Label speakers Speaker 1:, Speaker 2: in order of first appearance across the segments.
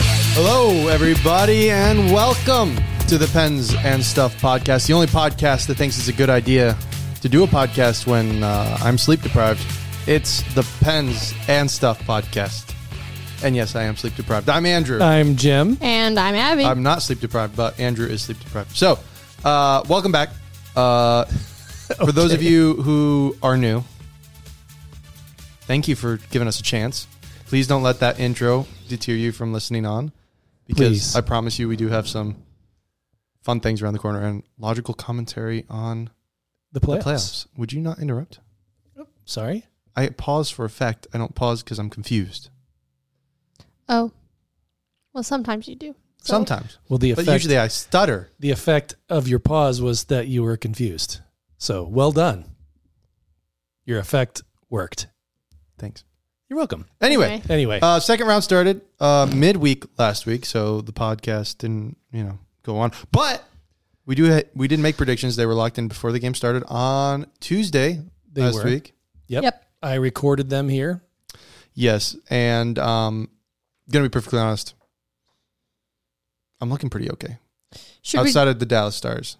Speaker 1: Hello, everybody, and welcome to the Pens and Stuff podcast, the only podcast that thinks it's a good idea to do a podcast when uh, I'm sleep deprived. It's the Pens and Stuff podcast. And yes, I am sleep deprived. I'm Andrew.
Speaker 2: I'm Jim.
Speaker 3: And I'm Abby.
Speaker 1: I'm not sleep deprived, but Andrew is sleep deprived. So, uh, welcome back. Uh, For those of you who are new, thank you for giving us a chance. Please don't let that intro deter you from listening on because
Speaker 2: Please.
Speaker 1: I promise you we do have some fun things around the corner and logical commentary on
Speaker 2: The
Speaker 1: the
Speaker 2: playoffs.
Speaker 1: playoffs. Would you not interrupt?
Speaker 2: Sorry.
Speaker 1: I pause for effect. I don't pause because I'm confused.
Speaker 3: oh. Well, sometimes you do. So-
Speaker 1: Sometimes.
Speaker 2: Well, the effect
Speaker 1: But usually I stutter.
Speaker 2: the effect of your pause was that you were confused. So well done. Your effect worked.
Speaker 1: Thanks.
Speaker 2: You're welcome.
Speaker 1: Anyway,
Speaker 3: Anyway.
Speaker 2: Anyway,
Speaker 1: Uh, second round started uh, midweek last week, so the podcast didn't, you know, go on. But we do ha- we did make predictions. They were locked in before the game started on Tuesday
Speaker 2: They
Speaker 1: last
Speaker 2: were.
Speaker 1: week.
Speaker 2: yep.
Speaker 3: Yep.
Speaker 2: I recorded them here.
Speaker 1: Yes, and um, gonna be perfectly honest, I'm looking pretty okay
Speaker 3: Should
Speaker 1: outside of the Dallas Stars.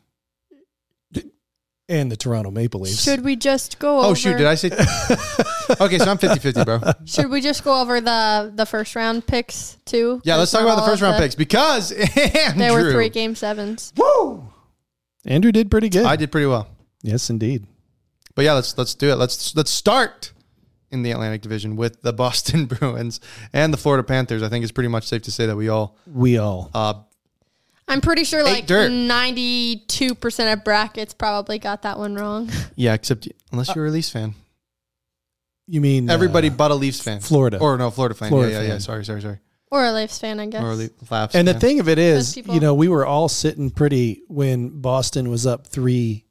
Speaker 2: And the Toronto Maple
Speaker 3: we
Speaker 2: Leafs.
Speaker 3: should we just go over
Speaker 1: Oh shoot, did I say? okay, so I'm 50-50, bro.
Speaker 3: Should we just go over the the first round picks too?
Speaker 1: Yeah, let's talk about the first round picks because Andrew,
Speaker 3: There were three game sevens.
Speaker 2: Andrew did pretty good.
Speaker 1: I did pretty well.
Speaker 2: yes, indeed.
Speaker 1: But yeah, let's let's do it. Let's let's start in the Atlantic Division with the Boston Bruins and the Florida Panthers. I think it's pretty much safe to say that we all
Speaker 2: We all.
Speaker 1: uh,
Speaker 3: I'm pretty sure like
Speaker 1: dirt.
Speaker 3: ninety two percent of brackets probably got that one wrong.
Speaker 1: yeah, except unless you're a Leafs fan,
Speaker 2: You mean uh,
Speaker 1: everybody but a Leafs fan,
Speaker 2: Florida.
Speaker 1: or no Florida fan.
Speaker 2: Florida
Speaker 1: yeah, yeah, yeah.
Speaker 2: fan.
Speaker 1: Sorry, sorry, sorry.
Speaker 3: or a Leafs fan, I guess.
Speaker 1: Or Le- Flaps.
Speaker 2: and the
Speaker 1: yeah.
Speaker 2: thing of it is,
Speaker 3: people-
Speaker 2: you know, we were all sitting pretty when Boston was up three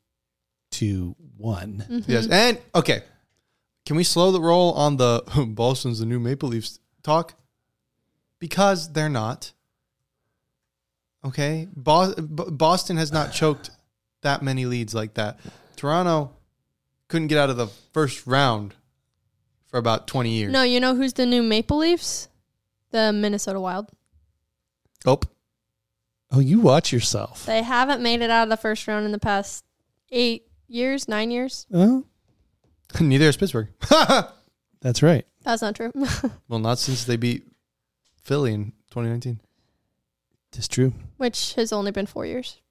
Speaker 2: to one.
Speaker 3: Mm. Mm-hmm.
Speaker 1: yes, and okay, can we slow the roll on the Boston's the new Maple Leafs talk because they're not. Okay, Bo- B- Boston has not choked that many leads like that. Toronto couldn't get out of the first round for about twenty years.
Speaker 3: No, you know who's the new Maple Leafs? The Minnesota Wild.
Speaker 1: Oh,
Speaker 2: Oh, you watch yourself.
Speaker 3: They haven't made it out of the first round in the past eight years, nine years.
Speaker 2: Oh,
Speaker 1: neither is Pittsburgh.
Speaker 2: that's right.
Speaker 3: That's not true.
Speaker 1: well, not since they beat Philly in twenty nineteen.
Speaker 2: It's true.
Speaker 3: Which has only been four years.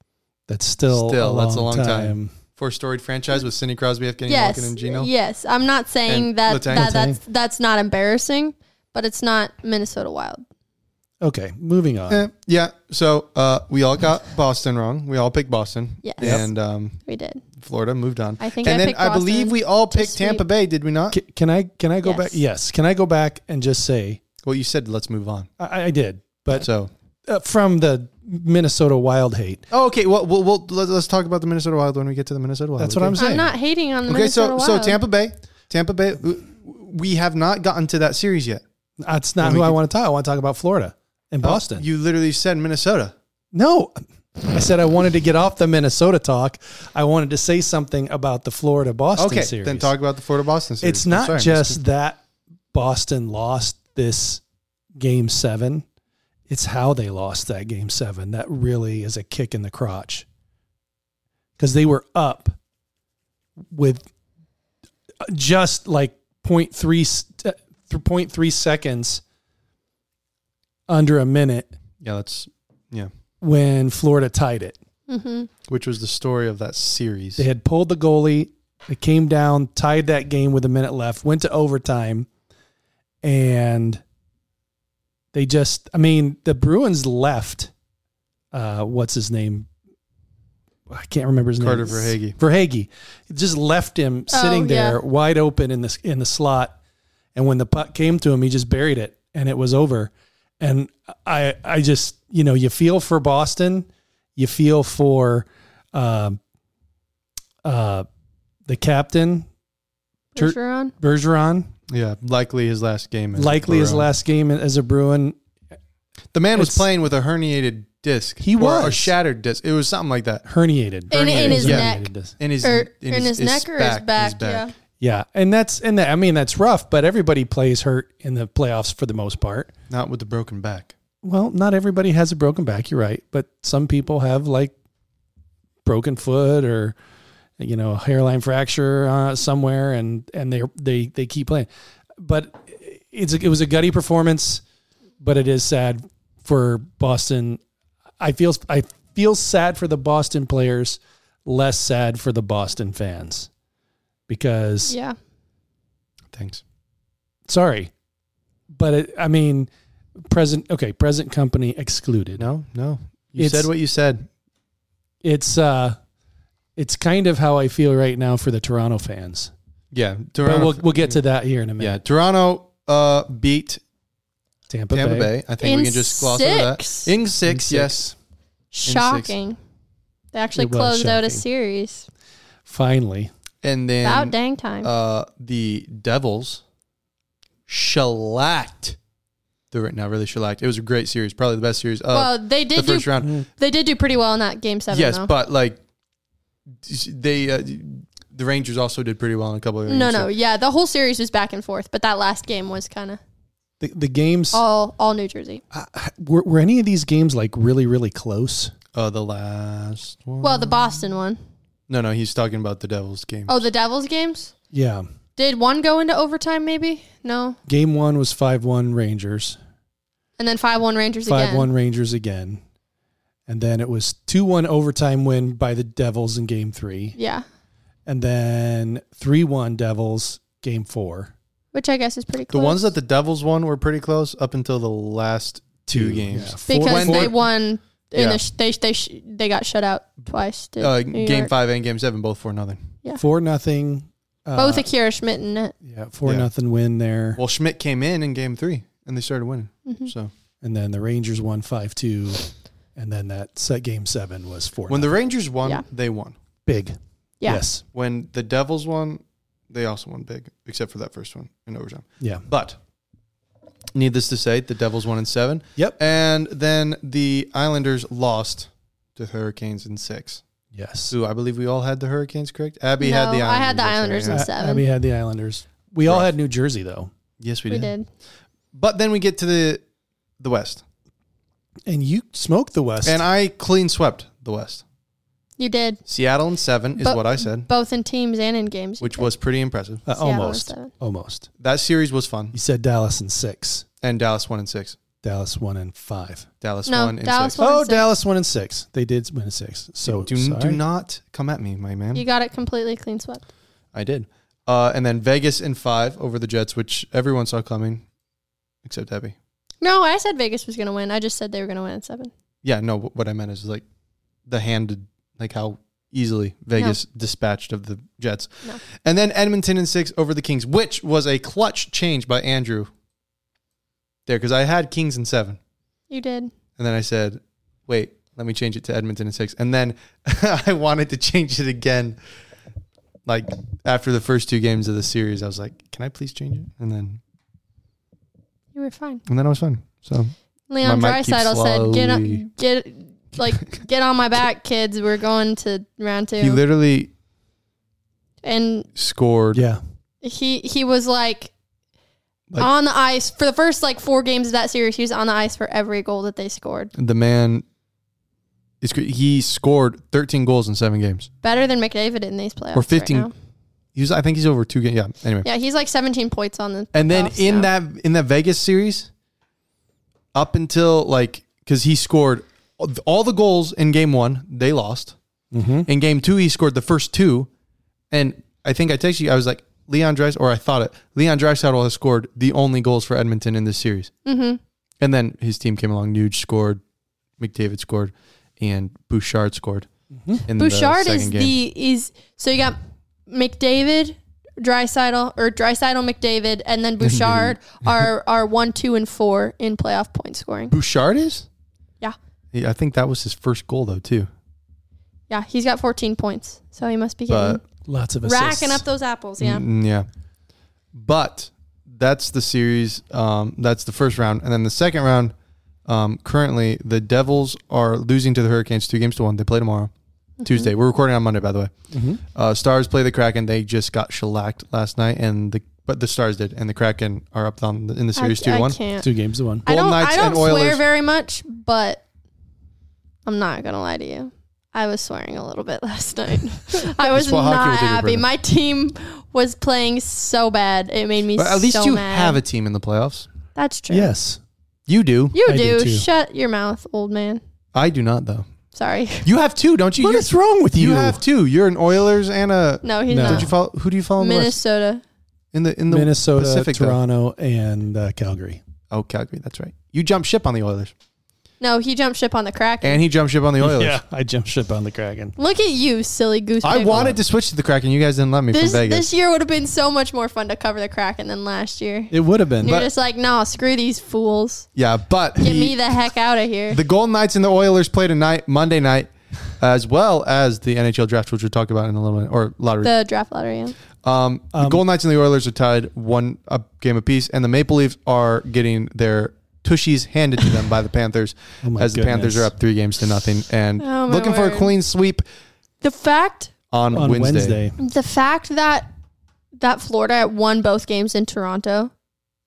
Speaker 2: That's still
Speaker 1: Still,
Speaker 2: a long
Speaker 1: that's a long time.
Speaker 2: time.
Speaker 1: Four storied franchise with Sidney Crosby, Evgeny
Speaker 3: yes,
Speaker 1: Malkin, and Gino.
Speaker 3: yes. I'm not saying
Speaker 1: And
Speaker 3: that,
Speaker 1: Letang.
Speaker 3: that that's that's not embarrassing, but it's not Minnesota Wild.
Speaker 2: Okay, moving on.
Speaker 1: Eh, yeah. So uh, we all got Boston wrong. We all picked Boston.
Speaker 3: Yes. Yep.
Speaker 1: And um,
Speaker 3: We did.
Speaker 1: Florida moved on.
Speaker 3: I think
Speaker 1: and
Speaker 3: I
Speaker 1: then
Speaker 3: picked
Speaker 1: I believe
Speaker 3: Boston
Speaker 1: we all
Speaker 3: to
Speaker 1: picked Tampa
Speaker 3: sweep.
Speaker 1: Bay, did we not?
Speaker 2: C- can I can I go
Speaker 3: Yes.
Speaker 2: back? Yes. Can I go back and just say
Speaker 1: Well, you said let's move on.
Speaker 2: I, I did, but
Speaker 1: So
Speaker 2: uh, from the Minnesota Wild hate.
Speaker 1: oh, okay. Well, we'll, we'll let's, let's talk about the Minnesota Wild when we get to the Minnesota Wild.
Speaker 2: That's what I'm
Speaker 1: okay?
Speaker 2: saying.
Speaker 3: I'm not hating on the
Speaker 1: Okay.
Speaker 3: Minnesota
Speaker 1: So
Speaker 3: Wild.
Speaker 1: so Tampa Bay, Tampa Bay. w- We have not gotten to that series yet.
Speaker 2: That's not
Speaker 1: we
Speaker 2: who I
Speaker 1: could-
Speaker 2: want to talk. I want to talk about Florida and Boston.
Speaker 1: You literally said Minnesota.
Speaker 2: no. I said I wanted to get off the Minnesota talk. I wanted to say something about the Florida Boston
Speaker 1: Okay.
Speaker 2: series.
Speaker 1: Then talk about the Florida Boston series.
Speaker 2: It's
Speaker 1: I'm
Speaker 2: not
Speaker 1: sorry, Mr.
Speaker 2: just that Boston lost this game seven. It's how they lost that game seven that really is a kick in the crotch. Because they were up with uh, just like 0.3, st- th- 0.3 seconds under a minute
Speaker 1: Yeah. That's yeah.
Speaker 2: when Florida tied it.
Speaker 3: Mm-hmm.
Speaker 1: Which was the story of that series.
Speaker 2: They had pulled the goalie. They came down, tied that game with a minute left, went to overtime, and they just, I mean, the Bruins left. Uh, what's his name? I can't remember his
Speaker 1: Carter
Speaker 2: name.
Speaker 1: Verhage.
Speaker 2: Verhage. Just left him
Speaker 3: Oh,
Speaker 2: sitting
Speaker 3: yeah.
Speaker 2: there wide open in the, in the slot. And when the puck came to him, he just buried it and it was over. And I, I just, you know, you feel for Boston, you feel for, um, uh, the captain Tur-
Speaker 3: Bergeron.
Speaker 2: Bergeron,
Speaker 1: Yeah. Likely his last game. as a
Speaker 2: likely his
Speaker 1: Bruin.
Speaker 2: last game as a Bruin.
Speaker 1: The man was
Speaker 2: It's-
Speaker 1: playing with a herniated disc.
Speaker 2: He
Speaker 1: Or a
Speaker 2: was.
Speaker 1: shattered disc. It was something like that.
Speaker 2: Herniated
Speaker 3: In- in
Speaker 1: his
Speaker 2: Herniated
Speaker 3: neck.
Speaker 2: disc.
Speaker 1: In his
Speaker 3: Or in, Er, his, neck or his back, Yeah.
Speaker 2: Yeah, and that's and that, I mean that's rough, but everybody plays hurt in the playoffs for the most part.
Speaker 1: Not with the broken back.
Speaker 2: well, not everybody has a broken back. You're right, but some people have like broken foot or you know hairline fracture uh, somewhere, and and they they they keep playing. But it's it was a gutty performance, but it is sad for Boston. I feel I feel sad for the Boston players, less sad for the Boston fans, because
Speaker 3: Yeah.
Speaker 1: Thanks.
Speaker 2: sorry, but it, I mean present okay present company excluded.
Speaker 1: No, no. You
Speaker 2: It's-
Speaker 1: said what you said.
Speaker 2: it's uh it's kind of how I feel right now for the Toronto fans.
Speaker 1: Yeah.
Speaker 2: But
Speaker 1: Toronto.
Speaker 2: we'll we'll get to that here in a minute.
Speaker 1: yeah. Toronto uh, beat
Speaker 2: Tampa,
Speaker 1: Tampa Bay.
Speaker 2: Bay.
Speaker 1: I think
Speaker 3: In
Speaker 1: we can just gloss over that.
Speaker 3: six.
Speaker 1: In six,
Speaker 2: In six.
Speaker 1: yes.
Speaker 3: Shocking. They actually
Speaker 2: It was
Speaker 3: closed out a
Speaker 2: shocking.
Speaker 3: series.
Speaker 2: Finally,
Speaker 1: And
Speaker 3: About
Speaker 1: then
Speaker 3: dang time.
Speaker 1: uh, the Devils shellacked. They were not really shellacked. It was a great series, probably the best series of
Speaker 3: well, they
Speaker 1: the
Speaker 3: did do
Speaker 1: first round.
Speaker 3: they did do pretty well in that game seven
Speaker 1: yes,
Speaker 3: though.
Speaker 1: but like they, uh, the Rangers also did pretty well in a couple of games.
Speaker 3: no,
Speaker 1: so-
Speaker 3: no, yeah, the whole series was back and forth, but that last game was kind of
Speaker 2: the, the games
Speaker 3: all all New Jersey.
Speaker 2: were, were any of these games like really really close?
Speaker 1: Uh, the last one.
Speaker 3: Well, the Boston one.
Speaker 1: no, no, he's talking about the Devils game.
Speaker 3: Oh, the Devils games.
Speaker 2: Yeah,
Speaker 3: Did one go into overtime? Maybe no,
Speaker 2: game one was five one Rangers,
Speaker 3: and then five one Rangers
Speaker 2: five
Speaker 3: again.
Speaker 2: one Rangers again, and then it was two one overtime win by the Devils in game three,
Speaker 3: Yeah,
Speaker 2: and then three one Devils game four.
Speaker 3: which I guess is pretty.
Speaker 1: The
Speaker 3: Close.
Speaker 1: ones that the Devils won were pretty close up until the last two games.
Speaker 2: yeah, four-
Speaker 3: because
Speaker 1: when
Speaker 3: they
Speaker 1: the-
Speaker 3: won. In
Speaker 1: Yeah.
Speaker 3: the sh- they they sh- they got shut out twice. To
Speaker 1: Uh,
Speaker 3: New
Speaker 1: game
Speaker 3: York.
Speaker 1: five and game seven, both for nothing.
Speaker 2: four nothing. Uh,
Speaker 3: Both Akira Schmidt and it.
Speaker 2: yeah, four
Speaker 1: Yeah.
Speaker 2: nothing win there.
Speaker 1: Well, Schmidt came in in game three and they started winning.
Speaker 3: Mhm.
Speaker 1: So
Speaker 2: and then the Rangers won five two, and then that set game seven was four.
Speaker 1: when the Rangers won,
Speaker 3: Yeah.
Speaker 1: they won.
Speaker 2: big,
Speaker 3: Yeah.
Speaker 2: yes,
Speaker 1: When the Devils won, they also won big, except for that first one in overtime.
Speaker 2: yeah,
Speaker 1: But needless to say, the Devils won in seven.
Speaker 2: Yep.
Speaker 1: And then the Islanders lost to Hurricanes in six.
Speaker 2: yes.
Speaker 1: So I believe we all had the Hurricanes correct. Abby had the Islanders.
Speaker 3: No, I had the
Speaker 1: that's right,
Speaker 3: Islanders
Speaker 1: yeah.
Speaker 3: in
Speaker 2: Uh,
Speaker 3: seven.
Speaker 2: Abby had the Islanders. We all
Speaker 1: Rough.
Speaker 2: had New Jersey though,
Speaker 1: Yes, we,
Speaker 3: We,
Speaker 1: did.
Speaker 3: did.
Speaker 1: But then we get to the the West,
Speaker 2: and you smoked the West. Uh,
Speaker 1: and I clean swept the West.
Speaker 3: You did
Speaker 1: Seattle in seven is
Speaker 3: But-
Speaker 1: what I said,
Speaker 3: both in teams and in games.
Speaker 1: which was pretty impressive.
Speaker 2: Uh,
Speaker 3: Seattle in
Speaker 2: almost,
Speaker 3: seven.
Speaker 2: almost.
Speaker 1: That series was fun,
Speaker 2: You said Dallas in six.
Speaker 1: and Dallas won in six.
Speaker 2: Dallas one and five.
Speaker 1: Dallas
Speaker 3: No,
Speaker 1: won in
Speaker 3: Dallas
Speaker 1: six.
Speaker 3: won-
Speaker 2: oh,
Speaker 3: and six.
Speaker 2: Dallas one and six. They did win in six. So
Speaker 1: do
Speaker 2: sorry.
Speaker 1: do not come at me, my man.
Speaker 3: You got it completely clean swept.
Speaker 1: I did. Uh, and then Vegas in five over the Jets, which everyone saw coming, except Abby.
Speaker 3: No, I said Vegas was going to win. I just said they were going to win in seven.
Speaker 1: Yeah, no. wh- What I meant is like the handed, like how easily Vegas dispatched of the Jets.
Speaker 3: No.
Speaker 1: And then Edmonton in six over the Kings, which was a clutch change by Andrew. There, because I had Kings in seven.
Speaker 3: You did.
Speaker 1: And then I said, wait, let me change it to Edmonton in six. And then I wanted to change it again. Like after the first two games of the series, I was like, can I please change it? And then
Speaker 3: You were fine.
Speaker 1: and then I was fine. So
Speaker 3: Leon
Speaker 1: My mic keeps
Speaker 3: Draisaitl said, "Get
Speaker 1: slowly-
Speaker 3: on, get like get on my back, kids. We're going to round two.
Speaker 1: he literally
Speaker 3: and
Speaker 1: scored.
Speaker 2: Yeah,
Speaker 3: he he was like,
Speaker 1: Like-
Speaker 3: on the ice for the first like four games of that series. He was on the ice for every goal that they scored.
Speaker 1: The man is cr- he scored 13 goals in seven games.
Speaker 3: Better than McDavid in these playoffs.
Speaker 1: Or
Speaker 3: right
Speaker 1: 15.
Speaker 3: now.
Speaker 1: He was I think he's over two games. Yeah. Anyway.
Speaker 3: Yeah, he's like 17 points on the.
Speaker 1: And then
Speaker 3: playoffs
Speaker 1: in
Speaker 3: now.
Speaker 1: that in that Vegas series, up until like because he scored all the goals in game one, they lost. In game two, he scored the first two, and I think I texted you. I was like Leon Dreis, or I thought it. Leon Draisaitl has scored the only goals for Edmonton in this series. Mm-hmm. And then his team came along. Nuge scored, McDavid scored, and Bouchard scored. in the
Speaker 3: Bouchard
Speaker 1: second
Speaker 3: is
Speaker 1: game.
Speaker 3: the is so you got McDavid, Drysidle or Drysidle McDavid, and then Bouchard are are one, two, and four in playoff point scoring.
Speaker 1: Bouchard is.
Speaker 3: Yeah,
Speaker 1: Yeah, I think that was his first goal though too.
Speaker 3: yeah, he's got fourteen points, so he must be getting
Speaker 1: But
Speaker 2: lots of assists.
Speaker 3: racking up those apples. Yeah,
Speaker 1: Mm, yeah. But that's the series. Um, that's the first round. And then the second round, um, currently, the Devils are losing to the Hurricanes two games to one. They play tomorrow,
Speaker 3: Mm-hmm.
Speaker 1: Tuesday.
Speaker 2: Mm-hmm.
Speaker 1: We're recording on Monday, by the way. Uh, Stars play the Kraken. They just got shellacked last night, and the but the Stars did, and the Kraken are up on the, in the series
Speaker 3: I,
Speaker 1: two to
Speaker 3: I
Speaker 1: one.
Speaker 3: can't.
Speaker 2: Two games to one.
Speaker 3: I
Speaker 1: Golden
Speaker 3: don't.
Speaker 1: Knights
Speaker 3: I
Speaker 1: and
Speaker 3: don't swear
Speaker 1: Oilers.
Speaker 3: very much, but I'm not gonna lie to you. I was swearing a little bit last night. I was
Speaker 1: what hockey will
Speaker 3: not
Speaker 1: do to you,
Speaker 3: happy.
Speaker 1: Brittany.
Speaker 3: My team was playing so bad; it made me.
Speaker 1: But at least
Speaker 3: so
Speaker 1: you
Speaker 3: mad.
Speaker 1: have a team in the playoffs.
Speaker 3: That's true.
Speaker 2: Yes.
Speaker 1: You do.
Speaker 3: you
Speaker 2: I do
Speaker 3: do.
Speaker 2: too.
Speaker 3: Shut your mouth, old man.
Speaker 1: I do not though.
Speaker 3: Sorry.
Speaker 1: You have two, don't you?
Speaker 2: What
Speaker 1: You're-
Speaker 2: is wrong with you?
Speaker 1: You have two. You're an Oilers and a.
Speaker 3: No, he's
Speaker 2: No.
Speaker 3: not.
Speaker 1: Did you follow? Who do you follow in the West?
Speaker 3: Minnesota.
Speaker 1: In the in the
Speaker 2: Minnesota,
Speaker 1: Pacific, though.
Speaker 2: Toronto, and uh, Calgary.
Speaker 1: Oh, Calgary. That's right. You jumped ship on the Oilers,
Speaker 3: No, he jumped ship on the Kraken.
Speaker 1: and he jumped ship on the Oilers.
Speaker 2: Yeah, I jumped ship on the Kraken.
Speaker 3: Look at you, silly goose.
Speaker 1: I
Speaker 3: pickle.
Speaker 1: wanted to switch to the Kraken. You guys didn't let me
Speaker 3: This
Speaker 1: from Vegas.
Speaker 3: this year would have been so much more fun to cover the Kraken than last year.
Speaker 2: It would have been.
Speaker 3: You're
Speaker 1: But-
Speaker 3: just like, no, screw these fools.
Speaker 1: yeah, but
Speaker 3: Get
Speaker 1: he-
Speaker 3: me the heck out of here.
Speaker 1: the Golden Knights and the Oilers played a night Monday night, as well as the NHL draft, which we'll talk about in a little minute, or lottery.
Speaker 3: The draft lottery. Yeah.
Speaker 1: um, the Golden Knights and the Oilers are tied one a game apiece, and the Maple Leafs are getting their tushies handed to them by the Panthers,
Speaker 2: Oh my
Speaker 1: as the Panthers
Speaker 2: goodness.
Speaker 1: are up three games to nothing and
Speaker 3: Oh, my
Speaker 1: looking for a
Speaker 3: word.
Speaker 1: clean sweep
Speaker 3: The fact,
Speaker 1: on,
Speaker 2: on Wednesday.
Speaker 3: the fact that that Florida won both games in Toronto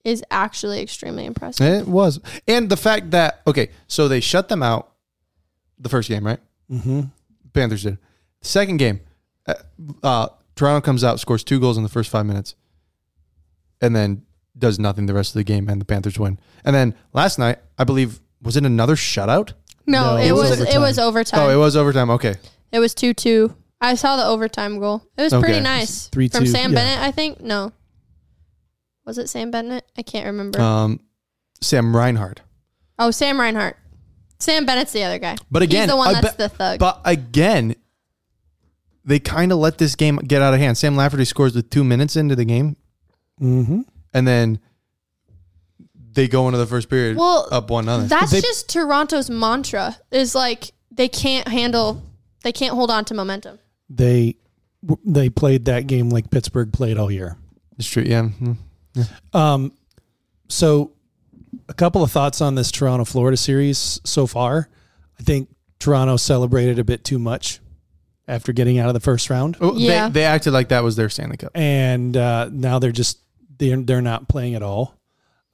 Speaker 3: is actually extremely impressive.
Speaker 1: It was. And the fact that, okay, so they shut them out the first game, right?
Speaker 2: Mm-hmm.
Speaker 1: Panthers did. Second game, uh, uh, Toronto comes out, scores two goals in the first five minutes, and then does nothing the rest of the game, and the Panthers win. And then last night, I believe, was it another shutout?
Speaker 2: No,
Speaker 3: No, it,
Speaker 2: it was
Speaker 3: was, it
Speaker 2: overtime.
Speaker 3: was overtime.
Speaker 1: Oh,
Speaker 3: it,
Speaker 1: it
Speaker 3: was-
Speaker 1: was overtime. Okay.
Speaker 3: two two. I saw the overtime goal. It was
Speaker 1: Okay.
Speaker 3: pretty nice.
Speaker 2: Three,
Speaker 3: from
Speaker 2: two,
Speaker 3: Sam
Speaker 2: yeah.
Speaker 3: Bennett, I think. No, was it Sam Bennett? I can't remember.
Speaker 1: Um, Sam Reinhardt.
Speaker 3: oh, Sam Reinhart. Sam Bennett's the other guy.
Speaker 1: But again,
Speaker 3: he's the one
Speaker 1: I
Speaker 3: that's
Speaker 1: bet-
Speaker 3: the thug.
Speaker 1: But again, they kind of let this game get out of hand. Sam Lafferty scores with two minutes into the game,
Speaker 2: Mm-hmm.
Speaker 1: and then they go into the first period
Speaker 3: Well,
Speaker 1: up one nothing.
Speaker 3: That's
Speaker 2: They-
Speaker 3: just Toronto's mantra is like they can't handle, they can't hold on to momentum.
Speaker 2: They they played that game like Pittsburgh played all year.
Speaker 1: It's true. Yeah. Mhm.
Speaker 2: Um, so a couple of thoughts on this Toronto Florida series so far. I think Toronto celebrated a bit too much after getting out of the first round,
Speaker 1: Oh,
Speaker 3: Yeah.
Speaker 1: They, they acted like that was their Stanley Cup.
Speaker 2: and uh, now they're just they're they're not playing at all.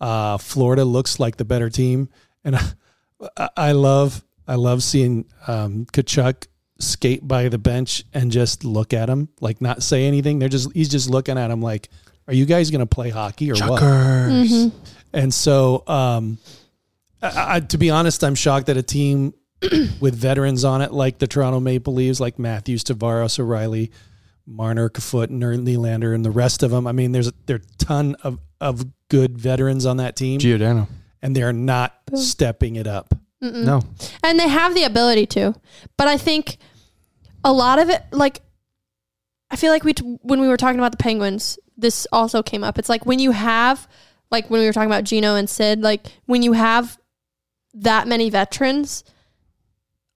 Speaker 2: Uh, Florida looks like the better team, and I, I love I love seeing um, Kachuk skate by the bench and just look at him, like not say anything. They're just he's just looking at him like, "Are you guys going to play hockey or what?"
Speaker 3: Mm-hmm.
Speaker 1: Chuckers.
Speaker 2: And so, um, I, I, to be honest, I'm shocked that a team with veterans on it, like the Toronto Maple Leafs, like Matthews, Tavares, O'Reilly, Marner, Kafoot, Nylander, and the rest of them. I mean, there's a, there are a ton of, of good veterans on that team,
Speaker 1: Giordano.
Speaker 2: and they're not stepping it up.
Speaker 1: No.
Speaker 3: And they have the ability to. But I think a lot of it, like, I feel like we, t- when we were talking about the Penguins, this also came up. It's like when you have, like, when we were talking about Gino and Sid, like, when you have that many veterans,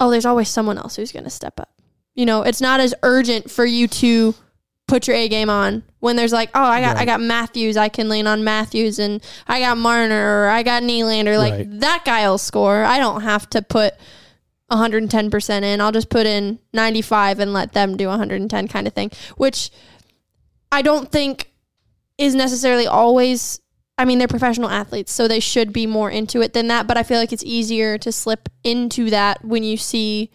Speaker 3: oh, there's always someone else who's going to step up. You know, it's not as urgent for you to put your A game on when there's like, oh, I got I
Speaker 2: Right.
Speaker 3: got Matthews, I can lean on Matthews, and I got Marner, or I got Nylander. Like
Speaker 2: Right.
Speaker 3: that guy'll score. I don't have to put 110 percent in. I'll just put in 95 and let them do 110 kind of thing, which I don't think is necessarily always. I mean, they're professional athletes, so they should be more into it than that. But I feel like it's easier to slip into that when you see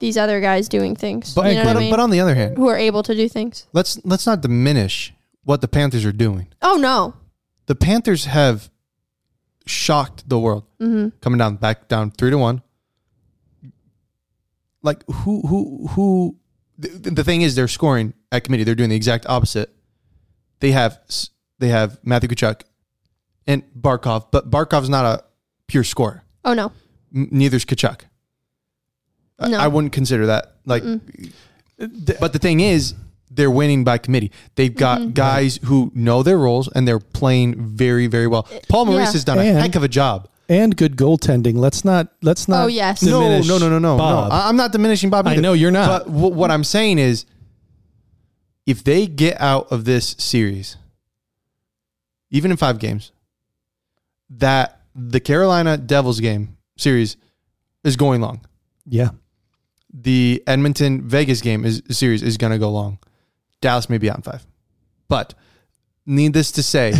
Speaker 3: these other guys doing things.
Speaker 1: But,
Speaker 3: you know
Speaker 1: but,
Speaker 3: what I mean?
Speaker 1: but on the other hand,
Speaker 3: who are able to do things.
Speaker 1: let's let's not diminish what the Panthers are doing.
Speaker 3: Oh no.
Speaker 1: The Panthers have shocked the world. Coming down back down 3 to 1. Like who who who the, the thing is they're scoring at committee. They're doing the exact opposite. They have s- they have Matthew Kachuk and Barkov, but Barkov's not a pure scorer.
Speaker 3: Oh no.
Speaker 1: M- neither's Kachuk. I-
Speaker 3: No. Mm.
Speaker 1: I, wouldn't consider that. Like,
Speaker 2: The-
Speaker 1: but the thing is, they're winning by committee. They've got
Speaker 3: Mm-hmm.
Speaker 1: guys who know their roles and they're playing very, very well. Paul Maurice
Speaker 3: Uh, yeah.
Speaker 1: has done
Speaker 2: And-
Speaker 1: a heck of a job.
Speaker 2: And good goaltending. Let's not let's not.
Speaker 3: Oh, yes.
Speaker 1: No, no,
Speaker 2: diminish
Speaker 1: no, no, no, no.
Speaker 2: Bob.
Speaker 1: I- I'm not diminishing Bob.
Speaker 2: I
Speaker 1: either.
Speaker 2: know you're not.
Speaker 1: But w- what I'm saying is, if they get out of this series, even in five games, that the Carolina Devils game series is going long.
Speaker 2: yeah,
Speaker 1: the Edmonton Vegas game is series is going to go long. Dallas may be out in five, but Needless to say,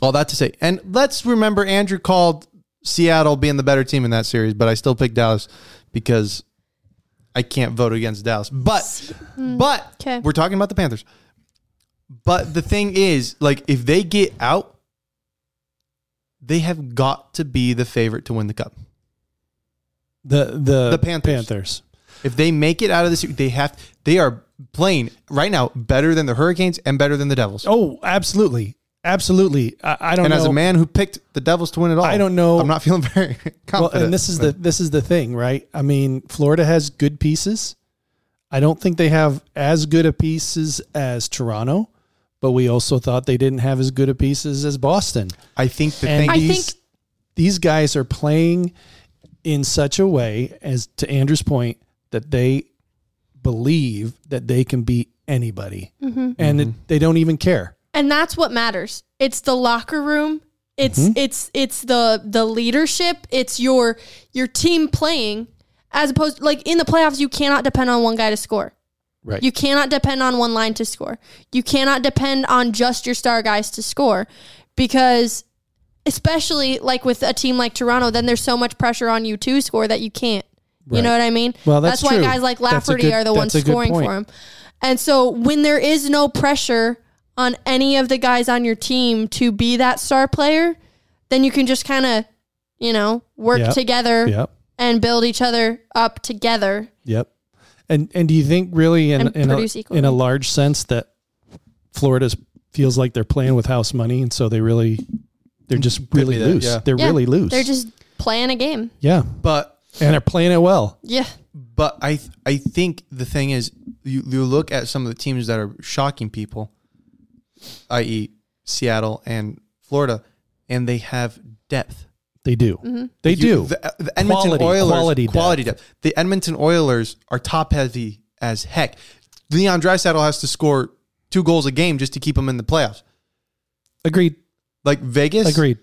Speaker 1: all that to say, and let's remember Andrew called Seattle being the better team in that series, but I still picked Dallas because I can't vote against Dallas. But but
Speaker 3: Okay.
Speaker 1: we're talking about the Panthers. But the thing is, like, if they get out, they have got to be the favorite to win the cup.
Speaker 2: The the
Speaker 1: The Panthers.
Speaker 2: Panthers.
Speaker 1: If they make it out of this, they have they are playing right now better than the Hurricanes and better than the Devils.
Speaker 2: Oh, absolutely, absolutely. I, I don't
Speaker 1: and
Speaker 2: know.
Speaker 1: as a man who picked the Devils to win it all,
Speaker 2: I don't know.
Speaker 1: I'm not feeling very
Speaker 2: well,
Speaker 1: confident.
Speaker 2: and this is the this is the thing, right? I mean, Florida has good pieces. I don't think they have as good a pieces as Toronto, but we also thought they didn't have as good a pieces as Boston.
Speaker 1: I think the
Speaker 2: And
Speaker 1: thing.
Speaker 3: I
Speaker 2: these
Speaker 3: think-
Speaker 2: these guys are playing in such a way as to Andrew's point that they believe that they can beat anybody, and it, they don't even care.
Speaker 3: and that's what matters it's the locker room it's it's it's the the leadership it's your your team playing as opposed like in the playoffs you cannot depend on one guy to score
Speaker 2: Right.
Speaker 3: you cannot depend on one line to score you cannot depend on just your star guys to score because especially like with a team like Toronto then there's so much pressure on you to score that you can't you
Speaker 2: Right.
Speaker 3: know what I mean?
Speaker 2: Well, that's
Speaker 3: why
Speaker 2: true.
Speaker 3: guys like
Speaker 2: That's a
Speaker 3: Lafferty
Speaker 2: good-
Speaker 3: are the
Speaker 2: that's
Speaker 3: ones
Speaker 2: a good
Speaker 3: scoring
Speaker 2: point.
Speaker 3: for him. And so when there is no pressure on any of the guys on your team to be that star player, then you can just kind of, you know, work
Speaker 2: Yep.
Speaker 3: together
Speaker 2: Yep.
Speaker 3: and build each other up together.
Speaker 2: Yep. And and do you think really in
Speaker 3: And
Speaker 2: in a,
Speaker 3: produce equally.
Speaker 2: in a large sense that Florida feels like they're playing with house money and so they really they're just really
Speaker 1: that,
Speaker 2: loose.
Speaker 1: yeah.
Speaker 2: They're
Speaker 3: Yeah,
Speaker 2: really loose.
Speaker 3: They're just playing a game.
Speaker 2: yeah.
Speaker 1: but
Speaker 2: And they're playing it well.
Speaker 3: Yeah.
Speaker 1: but I I think the thing is you you look at some of the teams that are shocking people, i.e. Seattle and Florida, and they have depth.
Speaker 2: They do.
Speaker 3: Mm-hmm.
Speaker 2: They
Speaker 1: You-
Speaker 2: do.
Speaker 1: The, uh, the Edmonton
Speaker 2: Quality-
Speaker 1: Oilers
Speaker 2: quality
Speaker 1: quality,
Speaker 2: depth.
Speaker 1: depth. The Edmonton Oilers are top heavy as heck. Leon Drysaddle has to score two goals a game just to keep them in the playoffs.
Speaker 2: Agreed.
Speaker 1: Like Vegas,
Speaker 2: Agreed.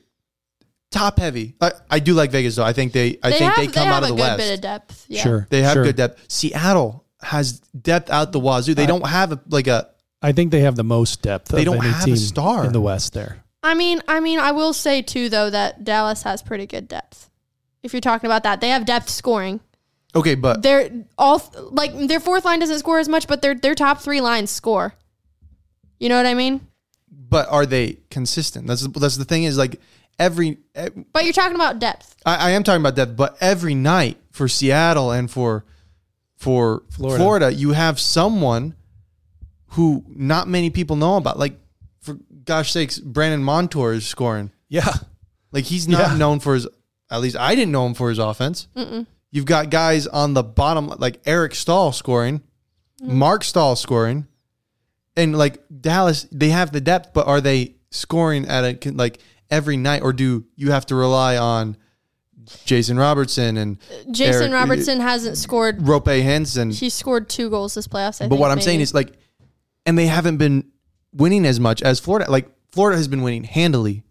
Speaker 1: top heavy. I, I do like Vegas though. I think they I
Speaker 3: They
Speaker 1: think
Speaker 3: have,
Speaker 1: they come
Speaker 3: have
Speaker 1: out of
Speaker 3: a
Speaker 1: the
Speaker 3: good
Speaker 1: West.
Speaker 3: bit of depth. Yeah.
Speaker 2: Sure.
Speaker 1: They have
Speaker 2: Sure.
Speaker 1: good depth. Seattle has depth out the wazoo. They don't have a, like a
Speaker 2: I think they have the most depth
Speaker 1: They
Speaker 2: of
Speaker 1: don't
Speaker 2: any
Speaker 1: have a
Speaker 2: team
Speaker 1: star.
Speaker 2: in the West there.
Speaker 3: I mean, I mean, I will say too though that Dallas has pretty good depth. If you're talking about that, they have depth scoring.
Speaker 1: okay, but
Speaker 3: They're all like their fourth line doesn't score as much, but their their top three lines score. You know what I mean?
Speaker 1: but are they consistent? That's that's the thing is like every I,
Speaker 3: But you're talking about depth.
Speaker 1: I am talking about depth, but every night for Seattle and for for Florida.
Speaker 2: Florida.
Speaker 1: you have someone who not many people know about. Like for gosh sakes, Brandon Montour is scoring.
Speaker 2: Yeah.
Speaker 1: Like he's not
Speaker 2: Yeah.
Speaker 1: known for his. At least I didn't know him for his offense. You've got guys on the bottom like Eric Stahl scoring, Mark Stahl scoring, and like Dallas, they have the depth, but are they scoring at a con- like every night, or do you have to rely on Jason Robertson and
Speaker 3: Jason
Speaker 1: Eric-
Speaker 3: Robertson hasn't scored.
Speaker 1: Rope Henson?
Speaker 3: Uh, He scored two goals this playoffs. I
Speaker 1: But
Speaker 3: think,
Speaker 1: what I'm
Speaker 3: maybe.
Speaker 1: saying is like, and they haven't been winning as much as Florida. Like Florida has been winning handily,